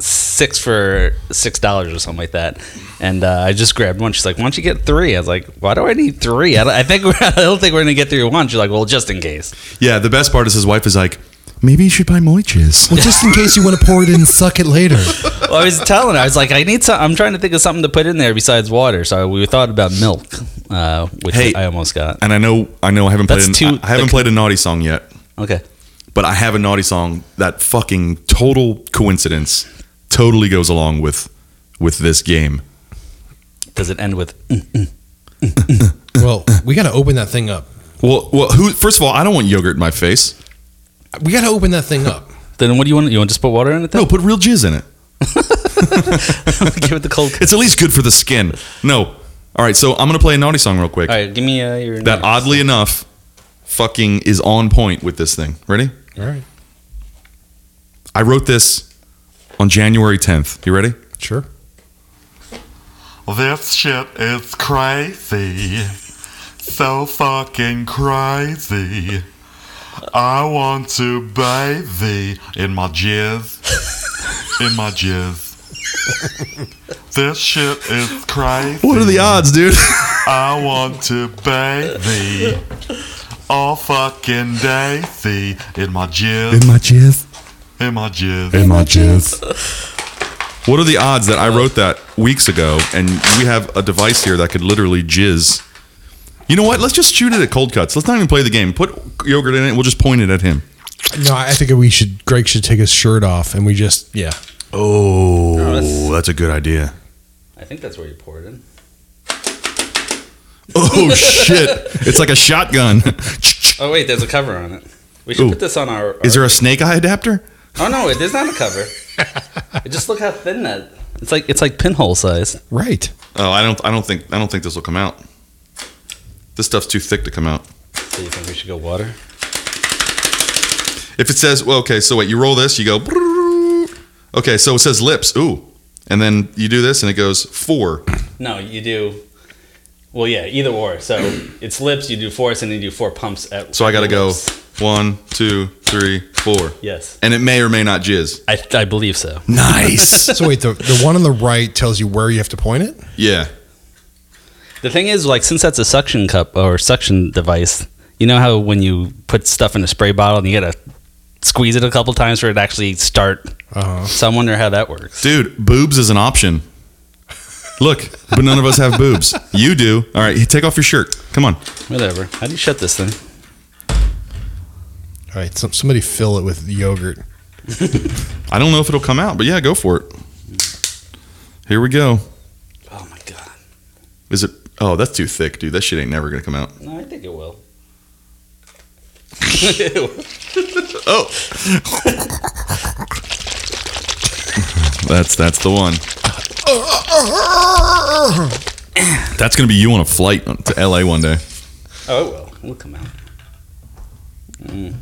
Speaker 3: six for six dollars or something like that. And uh, I just grabbed one. She's like, "Why don't you get three? I was like, "Why do I need three? I, don't- I think we're, I don't think we're gonna get through one." She's like, "Well, just in case."
Speaker 1: Yeah, the best part is his wife is like, maybe you should buy more jizz.
Speaker 2: well, just in case you want to pour it in and suck it later.
Speaker 3: Well, I was telling her, I was like, I need some. I'm trying to think of something to put in there besides water. So we thought about milk, uh, which
Speaker 1: Hey.
Speaker 3: I almost got.
Speaker 1: and I know, I know, I haven't played,
Speaker 3: That's
Speaker 1: an,
Speaker 3: too-
Speaker 1: I, I haven't played a naughty song yet,
Speaker 3: Okay.
Speaker 1: but I have a naughty song that fucking total coincidence totally goes along with with this game.
Speaker 3: Does it end with? mm?
Speaker 2: well, we gotta open that thing up.
Speaker 1: Well, well, who? First of all, I don't want yogurt in my face.
Speaker 2: We gotta open that thing up.
Speaker 3: Then what do you want? You want to just put water in it? Then?
Speaker 1: No, put real jizz in it.
Speaker 3: Give it the cold.
Speaker 1: It's at least good for the skin. No. All right, so I'm gonna play a naughty song real quick.
Speaker 3: All right, give me uh, your.
Speaker 1: That oddly enough, fucking is on point with this thing. Ready?
Speaker 2: All right.
Speaker 1: I wrote this on January 10th. You ready?
Speaker 2: Sure.
Speaker 8: This shit is crazy. So fucking crazy. I want to bathe in my jizz. In my jizz. This shit is crazy.
Speaker 1: What are the odds, dude?
Speaker 8: I want to bathe all fucking daisy in my jizz.
Speaker 1: my jizz.
Speaker 8: In my jizz.
Speaker 1: my jizz. What are the odds that I wrote that weeks ago and we have a device here that could literally jizz? You know what? Let's just shoot it at cold cuts. Let's not even play the game. Put yogurt in it. We'll just point it at him.
Speaker 2: No, I think we should. Greg should take his shirt off, and we just yeah.
Speaker 1: Oh,
Speaker 3: that's-
Speaker 1: a good idea.
Speaker 3: I think that's where you pour it in.
Speaker 1: Oh shit! It's like a shotgun.
Speaker 3: Oh wait, there's a cover on it. We should
Speaker 1: Ooh.
Speaker 3: put this on our.
Speaker 1: Is there a snake eye adapter?
Speaker 3: Oh no, it is not a cover. just look how thin that. It's like it's like pinhole size.
Speaker 2: Right.
Speaker 1: Oh, I don't. I don't think. I don't think this will come out. This stuff's too thick to come out.
Speaker 3: So you think we should go water?
Speaker 1: If it says, well, okay, so wait, you roll this, you go. brrrr. Okay, so it says lips. Ooh. And then you do this and it goes four.
Speaker 3: No, you do. Well, yeah, either or. So it's lips. You do four, and then you do four pumps at.
Speaker 1: So I gotta go.
Speaker 3: lips.
Speaker 1: One, two, three, four.
Speaker 3: Yes.
Speaker 1: And it may or may not jizz.
Speaker 3: I, I believe so.
Speaker 1: Nice.
Speaker 2: So wait, the, the one on the right tells you where you have to point it.
Speaker 1: yeah.
Speaker 3: The thing is, like, since that's a suction cup or suction device, you know how when you put stuff in a spray bottle and you gotta squeeze it a couple times for it to actually start.
Speaker 2: Uh-huh.
Speaker 3: So I wonder how that works.
Speaker 1: Dude, boobs is an option. Look, but none of us have boobs. You do. All right, take off your shirt. Come on.
Speaker 3: Whatever. How do you shut this thing?
Speaker 2: All right, so, somebody fill it with yogurt.
Speaker 1: I don't know if it'll come out, but yeah, go for it. Here we go.
Speaker 3: Oh my god.
Speaker 1: Is it? Oh, that's too thick, dude. That shit ain't never gonna come out.
Speaker 3: No, I think it will. Oh,
Speaker 1: That's that's the one. That's gonna be you on a flight to LA one day.
Speaker 3: Oh, it will. It'll come out. Mm.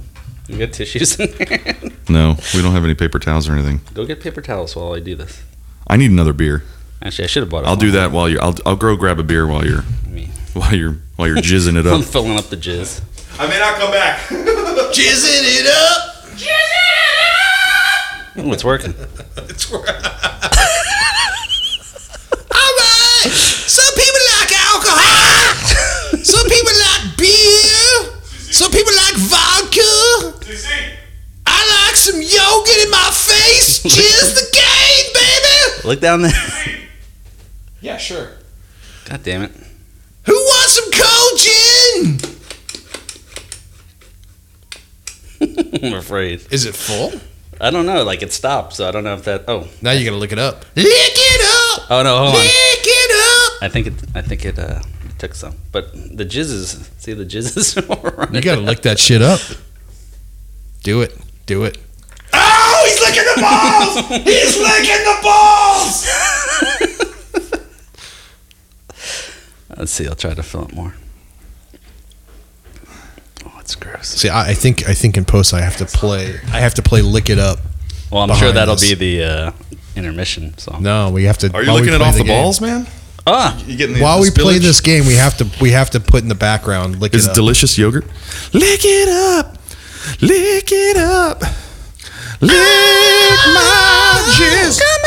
Speaker 3: You got tissues in there?
Speaker 1: No, we don't have any paper towels or anything.
Speaker 3: Go get paper towels while I do this.
Speaker 1: I need another beer.
Speaker 3: Actually, I should have bought it.
Speaker 1: I'll do that while you're. I'll I'll go grab a beer while you're
Speaker 3: Me.
Speaker 1: while you're while you're jizzing it
Speaker 3: I'm
Speaker 1: up.
Speaker 3: filling up the jizz.
Speaker 1: I may not come back.
Speaker 5: Jizzing it up.
Speaker 3: Oh, it's working.
Speaker 5: All right. Some people like alcohol. Some people like beer. Some people like vodka. I like some yogurt in my face. Jizz the game, baby.
Speaker 3: Look down there.
Speaker 2: Yeah, sure.
Speaker 3: God damn it.
Speaker 5: Who wants some cold gin?
Speaker 3: I'm afraid.
Speaker 2: Is it full?
Speaker 3: I don't know. Like it stopped, so I don't know if that. Oh,
Speaker 2: Now you gotta lick it up.
Speaker 5: Lick it up.
Speaker 3: oh no, hold on.
Speaker 5: Lick it up.
Speaker 3: I think it. I think it uh, took some, but the jizz is. See, the jizz is. running
Speaker 2: You gotta lick that shit up. Do it. Do it.
Speaker 5: Oh, he's licking the balls. he's licking the balls.
Speaker 3: Let's see. I'll try to fill it more. Oh, it's gross.
Speaker 2: See, I, I think I think in post I have to play. I have to play lick it up.
Speaker 3: Well, I'm sure
Speaker 2: Behind
Speaker 3: that'll
Speaker 2: us.
Speaker 3: be the uh, intermission song.
Speaker 2: No, we have to.
Speaker 1: Are you
Speaker 2: while we
Speaker 1: looking at
Speaker 2: play
Speaker 1: off the,
Speaker 2: game-
Speaker 1: balls, man?
Speaker 3: Ah,
Speaker 1: You getting the,
Speaker 2: While we
Speaker 1: the
Speaker 2: play
Speaker 1: spillage?
Speaker 2: this game, we have to we have to put in the background lick
Speaker 1: Is
Speaker 2: it up.
Speaker 1: delicious yogurt? Lick it up. Lick it up. Lick my jizz.
Speaker 5: Come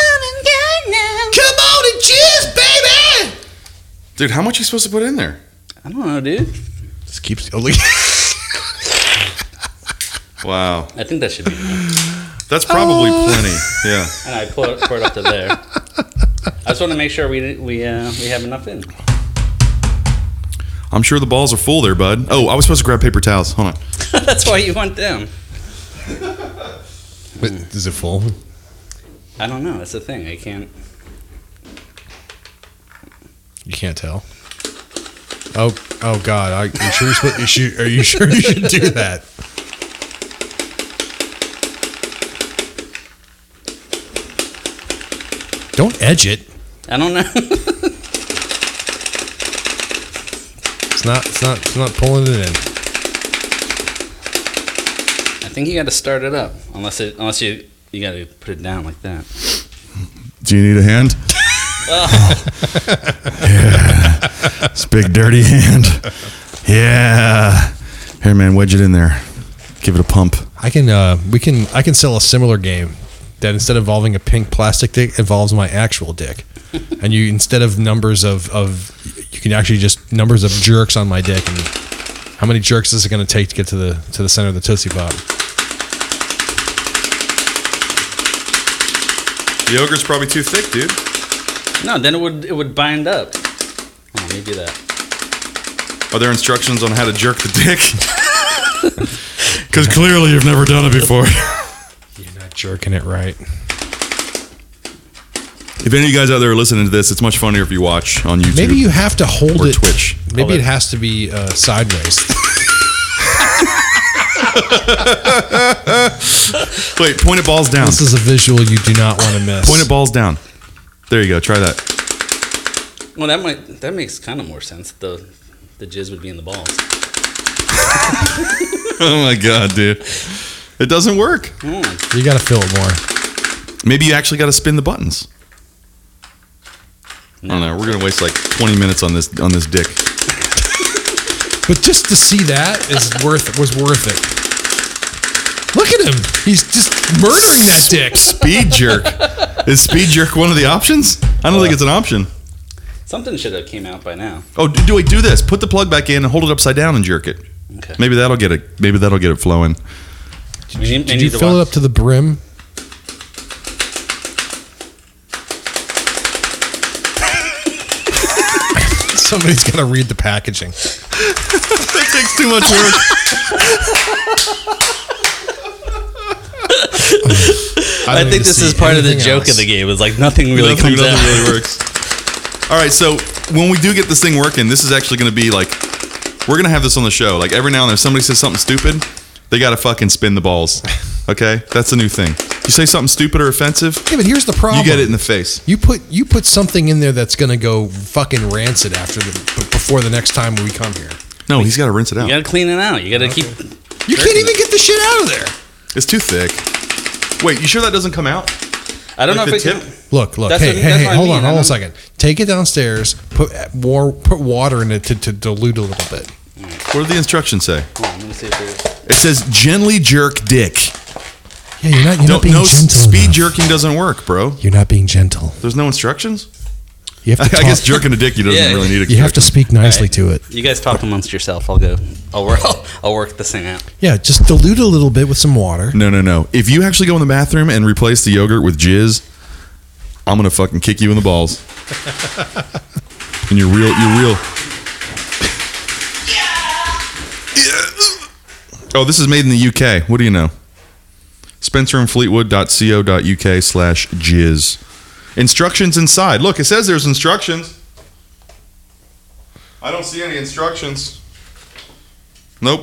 Speaker 5: on and jizz, baby.
Speaker 1: Dude, how much are you supposed to put in there?
Speaker 3: I don't know, dude.
Speaker 2: Just keeps oh, lick-
Speaker 1: Wow.
Speaker 3: I think that should be. enough.
Speaker 1: That's probably
Speaker 2: Oh.
Speaker 1: plenty. Yeah.
Speaker 3: And I pour it, pour it up to there. I just want to make sure we we uh, we have enough in.
Speaker 1: I'm sure the balls are full there, bud. Oh, I was supposed to grab paper towels. Hold on.
Speaker 3: That's why you want them.
Speaker 2: Wait, Is it full?
Speaker 3: I don't know. That's the thing. I can't.
Speaker 2: You can't tell. Oh, oh God! Are you sure you should, you should, are you, sure you should do that? Don't edge it.
Speaker 3: I don't know.
Speaker 2: It's not. It's not. It's not pulling it in.
Speaker 3: I think you got to start it up, unless it unless you you got to put it down like that.
Speaker 1: Do you need a hand? yeah. It's a big dirty hand. Yeah. Here, man, wedge it in there. Give it a pump.
Speaker 2: I can. Uh, we can. I can sell a similar game that instead of involving a pink plastic dick involves my actual dick, and you instead of numbers of of you can actually just numbers of jerks on my dick and how many jerks is it going to take to get to the to the center of the tootsie pop?
Speaker 1: The yogurt's probably too thick, dude.
Speaker 3: No, then it would it would bind up. Oh, maybe that.
Speaker 1: Are there instructions on how to jerk the dick? Because clearly you've never done it before.
Speaker 2: You're not jerking it right.
Speaker 1: if any of you guys out there are listening to this, it's much funnier if you watch on YouTube.
Speaker 2: Maybe you have to hold
Speaker 1: Or
Speaker 2: it.
Speaker 1: Twitch.
Speaker 2: Maybe
Speaker 1: All
Speaker 2: it
Speaker 1: that.
Speaker 2: has to be uh, sideways.
Speaker 1: Wait, point it balls down.
Speaker 2: this is a visual you do not want to miss.
Speaker 1: Point it balls down. There you go. Try that.
Speaker 3: Well, that might that makes kind of more sense. The the jizz would be in the balls.
Speaker 1: Oh my god, dude. It doesn't work.
Speaker 2: you got to fill it more.
Speaker 1: Maybe you actually got to spin the buttons. I don't know. We're gonna waste like 20 minutes on this on this dick.
Speaker 2: But just to see that is worth was worth it. Look at him. He's just murdering that dick.
Speaker 1: Speed jerk. Is speed jerk one of the options? I don't think it's an option.
Speaker 3: Something should have came out by now.
Speaker 1: Oh, do, do wait, do this. Put the plug back in and hold it upside down and jerk it.
Speaker 3: Okay.
Speaker 1: Maybe that'll get it. Maybe that'll get it flowing.
Speaker 3: We need- we
Speaker 2: Did you
Speaker 3: need to
Speaker 2: fill it
Speaker 3: watch-
Speaker 2: up to the brim? Somebody's got to read the packaging.
Speaker 1: That takes too much work.
Speaker 3: I think this is part of the joke of the game. It's like nothing really
Speaker 1: nothing
Speaker 3: comes
Speaker 1: nothing
Speaker 3: out.
Speaker 1: really works. All right, so when we do get this thing working, this is actually going to be like we're going to have this on the show. Like every now and then, if somebody says something stupid, they got to fucking spin the balls. Okay, that's the new thing. You say something stupid or offensive,
Speaker 2: Yeah, but here's the problem.
Speaker 1: you get it in the face.
Speaker 2: You put you put something in there that's gonna go fucking rancid after the b- before the next time we come here.
Speaker 1: No, he's got to rinse it out.
Speaker 3: You gotta clean it out. You gotta keep.
Speaker 2: You can't even get the shit out of there.
Speaker 1: It's too thick. Wait, you sure that doesn't come out?
Speaker 3: I don't
Speaker 1: Like
Speaker 3: know
Speaker 1: the
Speaker 3: if it
Speaker 1: tip?
Speaker 3: can.
Speaker 2: Look, look,
Speaker 3: That's
Speaker 2: hey,
Speaker 3: what-
Speaker 2: hey,
Speaker 3: that's
Speaker 2: hey,
Speaker 3: what I
Speaker 2: hold
Speaker 3: mean.
Speaker 2: on,
Speaker 3: I
Speaker 2: hold on
Speaker 3: don't-
Speaker 2: a second. Take it downstairs. Put more, put water in it to, to dilute a little bit.
Speaker 1: What do the instructions say?
Speaker 3: Hold on, let me see if there's.
Speaker 1: It says gently jerk dick.
Speaker 2: Yeah, you're not, you're not
Speaker 1: Don't
Speaker 2: being
Speaker 1: no
Speaker 2: gentle.
Speaker 1: speed
Speaker 2: enough.
Speaker 1: jerking doesn't work, bro.
Speaker 2: You're not being gentle.
Speaker 1: There's no instructions.
Speaker 2: You
Speaker 1: I
Speaker 2: have to. Talk,
Speaker 1: guess jerking a dick you doesn't
Speaker 3: Yeah.
Speaker 1: really need a
Speaker 2: You have to speak nicely to it.
Speaker 3: You guys talk amongst yourself. I'll go. I'll work. I'll, I'll work this thing out.
Speaker 2: Yeah, just dilute a little bit with some water.
Speaker 1: No, no, no. If you actually go in the bathroom and replace the yogurt with jizz, I'm gonna fucking kick you in the balls. and you're real. You're real. Oh, this is made in the UK. What do you know? Spencer and Fleetwood.co.uk slash jizz. Instructions inside. Look, it says there's instructions. I don't see any instructions. Nope.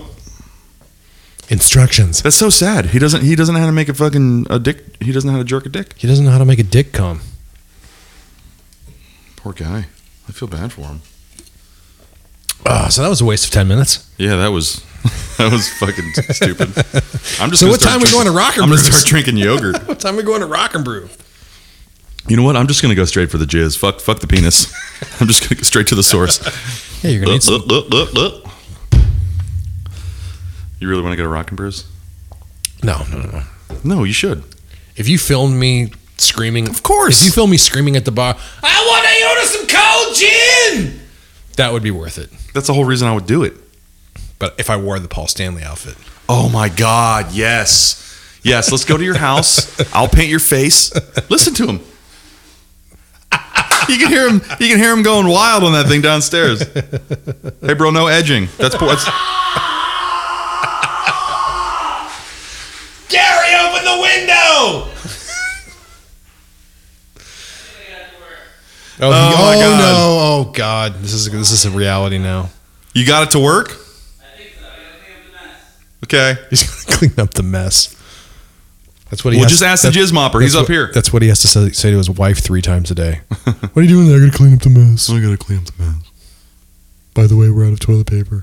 Speaker 2: Instructions.
Speaker 1: That's so sad. He doesn't. He doesn't know how to make a fucking a dick. He doesn't know how to jerk a dick.
Speaker 2: He doesn't know how to make a dick come.
Speaker 1: Poor guy. I feel bad for him.
Speaker 2: Ah, so that was a waste of ten minutes.
Speaker 1: Yeah, that was that was fucking stupid. I'm just.
Speaker 2: So
Speaker 1: gonna start
Speaker 2: what time we
Speaker 1: drinking-
Speaker 2: going to Rocker
Speaker 1: I'm gonna
Speaker 2: Brews?
Speaker 1: start drinking yogurt.
Speaker 2: What time are we going to Rock and Brew?
Speaker 1: you know what? I'm just gonna go straight for the jizz. Fuck, fuck the penis. I'm just gonna go straight to the source.
Speaker 2: Yeah, you're gonna need
Speaker 1: Look,
Speaker 2: some.
Speaker 1: look, look, look, look. You really want to go to Rock and Brews?
Speaker 2: No, no, no, no.
Speaker 1: No, you should.
Speaker 2: If you filmed me screaming, of
Speaker 1: course.
Speaker 2: If you filmed me screaming at the bar, I want to order some cold gin. That would be worth it.
Speaker 1: That's the whole reason I would do it.
Speaker 2: But if I wore the Paul Stanley outfit,
Speaker 1: Oh my God! Yes, yes. Let's go to your house. I'll paint your face. Listen to him. You can hear him. You can hear him going wild on that thing downstairs. Hey, bro, no edging. That's po- that's.
Speaker 5: Gary, open the window!
Speaker 2: oh,
Speaker 1: my
Speaker 2: oh,
Speaker 1: God.
Speaker 2: no, oh god, this is this is a reality now.
Speaker 1: You got it to work. Okay.
Speaker 2: He's gonna clean up the mess. That's what he.
Speaker 1: Well,
Speaker 2: has,
Speaker 1: just ask the
Speaker 2: that-
Speaker 1: jizz mopper.
Speaker 2: that's
Speaker 1: He's up
Speaker 2: what-
Speaker 1: here.
Speaker 2: That's what he has to say, say to his wife three times a day. what are you doing there? I gotta clean up the mess.
Speaker 8: I gotta clean up the mess.
Speaker 2: By the way, we're out of toilet paper.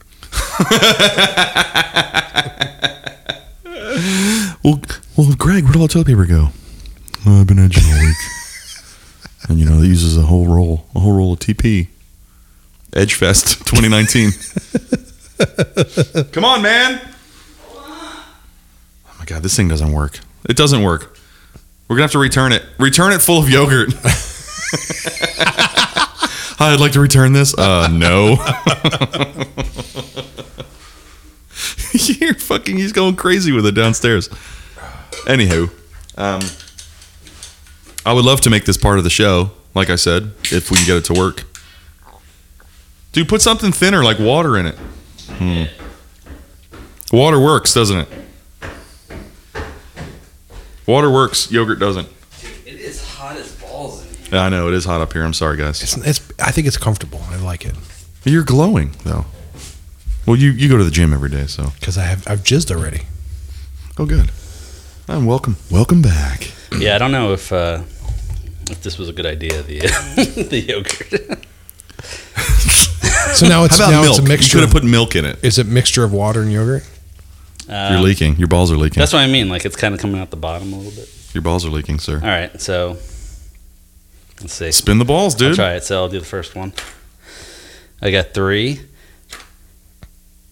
Speaker 8: Well, well, Greg, where'd all the toilet paper go? Well, I've been edging all week.
Speaker 1: And you know, that uses a whole roll, a whole roll of TP. Edgefest 2019. Come on, man. Oh my god, this thing doesn't work. It doesn't work. We're gonna have to return it. Return it full of yogurt. Hi, I'd like to return this. Uh, no. You're fucking. He's going crazy with it downstairs. Anywho, um, I would love to make this part of the show. Like I said, if we can get it to work, dude, put something thinner like water in it. Hmm. Water works, doesn't it? Water works. Yogurt doesn't.
Speaker 3: It is hot as balls in here.
Speaker 1: Yeah, I know it is hot up here. I'm sorry, guys.
Speaker 2: It's, it's. I think it's comfortable. I like it
Speaker 1: You're glowing though. Well, you you go to the gym every day, so
Speaker 2: because I have. I've jizzed already.
Speaker 1: oh good. And welcome, welcome back.
Speaker 3: Yeah, I don't know if uh, if this was a good idea. The the yogurt.
Speaker 2: So now it's
Speaker 1: How about
Speaker 2: now
Speaker 1: milk?
Speaker 2: it's a
Speaker 1: You
Speaker 2: mixture.
Speaker 1: could
Speaker 2: Of,
Speaker 1: have put milk in it.
Speaker 2: is it mixture of water and yogurt? Uh,
Speaker 1: You're leaking. Your balls are leaking.
Speaker 3: That's what I mean. Like it's kind of coming out the bottom a little bit.
Speaker 1: Your balls are leaking, sir.
Speaker 3: All right, so let's see.
Speaker 1: Spin the balls,
Speaker 3: I'll
Speaker 1: dude.
Speaker 3: try it. So I'll do the first one. I got three,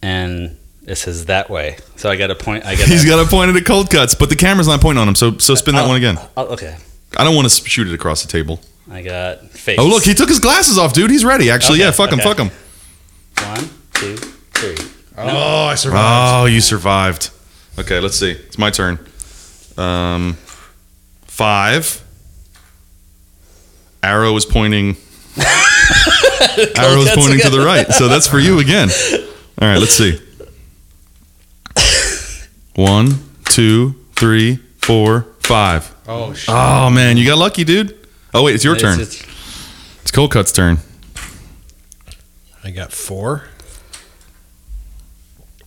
Speaker 3: and It says that way. So I got to point. I got.
Speaker 1: He's got it pointed at cold cuts, but the camera's not pointing on him. So
Speaker 3: Uh,
Speaker 1: so
Speaker 3: oh.
Speaker 1: spin that one again.
Speaker 3: okay.
Speaker 1: I don't want to shoot it across the table.
Speaker 3: I got face.
Speaker 1: Oh look, he took his glasses off, dude. He's ready. Actually,
Speaker 3: Okay,
Speaker 1: yeah. Fuck him.
Speaker 3: okay.
Speaker 1: Fuck him.
Speaker 3: One, two, three.
Speaker 2: Oh, I survived.
Speaker 1: Oh, you survived. Okay, let's see. It's my turn. Um, five. Arrow is pointing. arrow is
Speaker 3: cuts
Speaker 1: pointing to
Speaker 3: again.
Speaker 1: the right, so that's for you again. All right, let's see. One, two, three, four, five.
Speaker 2: Oh, shit.
Speaker 1: Oh man, you got lucky, dude. Oh wait, it's your turn.
Speaker 3: It's- it's-
Speaker 1: It's Cold Cut's turn.
Speaker 2: I got four.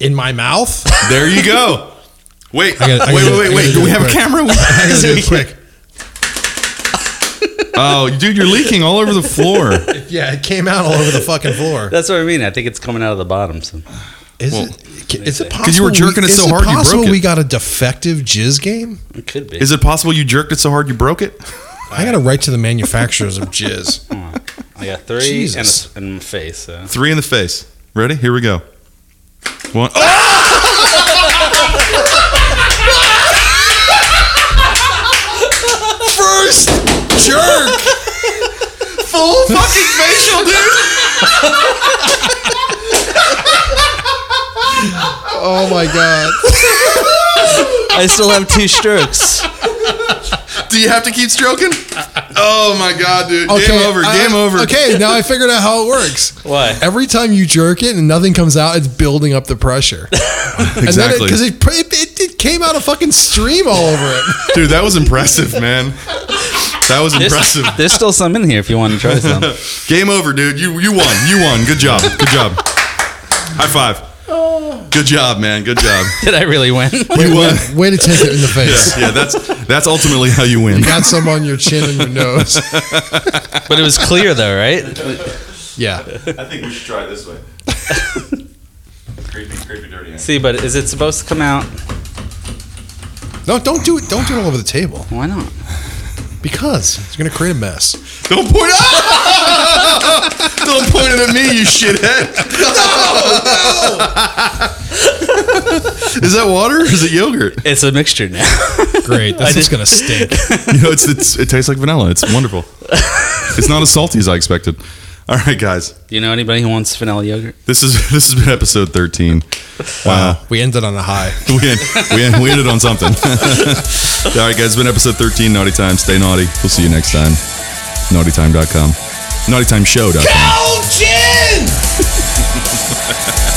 Speaker 2: In my mouth?
Speaker 1: There you go. Wait,
Speaker 2: I gotta- I
Speaker 1: wait,
Speaker 2: gotta-
Speaker 1: wait, wait, wait.
Speaker 2: I gotta
Speaker 1: Do
Speaker 2: do
Speaker 1: we
Speaker 2: it
Speaker 1: have a
Speaker 2: quick.
Speaker 1: camera?
Speaker 2: I gotta do it quick.
Speaker 1: oh, dude, you're leaking all over the floor.
Speaker 2: Yeah, it came out all over the fucking floor.
Speaker 3: That's what I mean. I think it's coming out of the bottom. So
Speaker 2: Is
Speaker 1: Well,
Speaker 2: it? Is it possible?
Speaker 1: you were jerking
Speaker 2: we,
Speaker 1: it so
Speaker 2: is
Speaker 1: hard you broke
Speaker 2: possible
Speaker 1: it.
Speaker 2: we got a defective jizz game?
Speaker 3: it could be.
Speaker 1: Is it possible you jerked it so hard you broke it?
Speaker 2: I got to write to the manufacturers of jizz.
Speaker 3: I got three and, a,
Speaker 2: Jesus.
Speaker 3: s- and face. So.
Speaker 1: Three in the face. Ready? Here we go. One. Oh,
Speaker 2: First jerk.
Speaker 1: Full fucking facial, dude.
Speaker 2: Oh my god.
Speaker 3: I still have two strokes.
Speaker 1: Do you have to keep stroking? Oh my god, dude.
Speaker 2: Okay,
Speaker 1: Game over.
Speaker 2: I-
Speaker 1: Game over.
Speaker 2: Okay, now I figured out how it works.
Speaker 3: Why?
Speaker 2: Every time you jerk it and nothing comes out, it's building up the pressure.
Speaker 1: Exactly.
Speaker 2: Because it, it, it, it came out a fucking stream all over it.
Speaker 1: Dude, that was impressive, man. That was impressive.
Speaker 3: There's still some in here if you want to try some.
Speaker 1: Game over, dude. You you won. You won. Good job. Good job. High five. Good job, man. Good job.
Speaker 3: Did I really win?
Speaker 1: You won.
Speaker 2: Way to take it in the face.
Speaker 1: Yeah, that's that's ultimately how you win.
Speaker 2: Got some on your chin and your nose.
Speaker 3: but it was clear though, right?
Speaker 2: Yeah.
Speaker 1: I think we should try it this way. creepy, creepy, dirty.
Speaker 3: See, but is it supposed to come out?
Speaker 2: No, don't do it. Don't do it all over the table
Speaker 3: Why not?
Speaker 2: because it's gonna create a mess.
Speaker 1: Don't point. Don't point it at me, you shithead. Is that water or is it yogurt?
Speaker 3: It's a mixture now.
Speaker 2: Great. This is gonna stink.
Speaker 1: You know, it's, it's it tastes like vanilla. It's wonderful. It's not as salty as I expected. All right, guys.
Speaker 3: Do you know anybody who wants vanilla yogurt?
Speaker 1: This is this has been episode 13. Wow.
Speaker 2: We ended on a high.
Speaker 1: we, end, we, end, we ended on something. All right, guys. It's been episode 13, Naughty Time. Stay naughty. We'll see you next time. NaughtyTime.com. NaughtyTimeShow.com.
Speaker 7: Cold gin!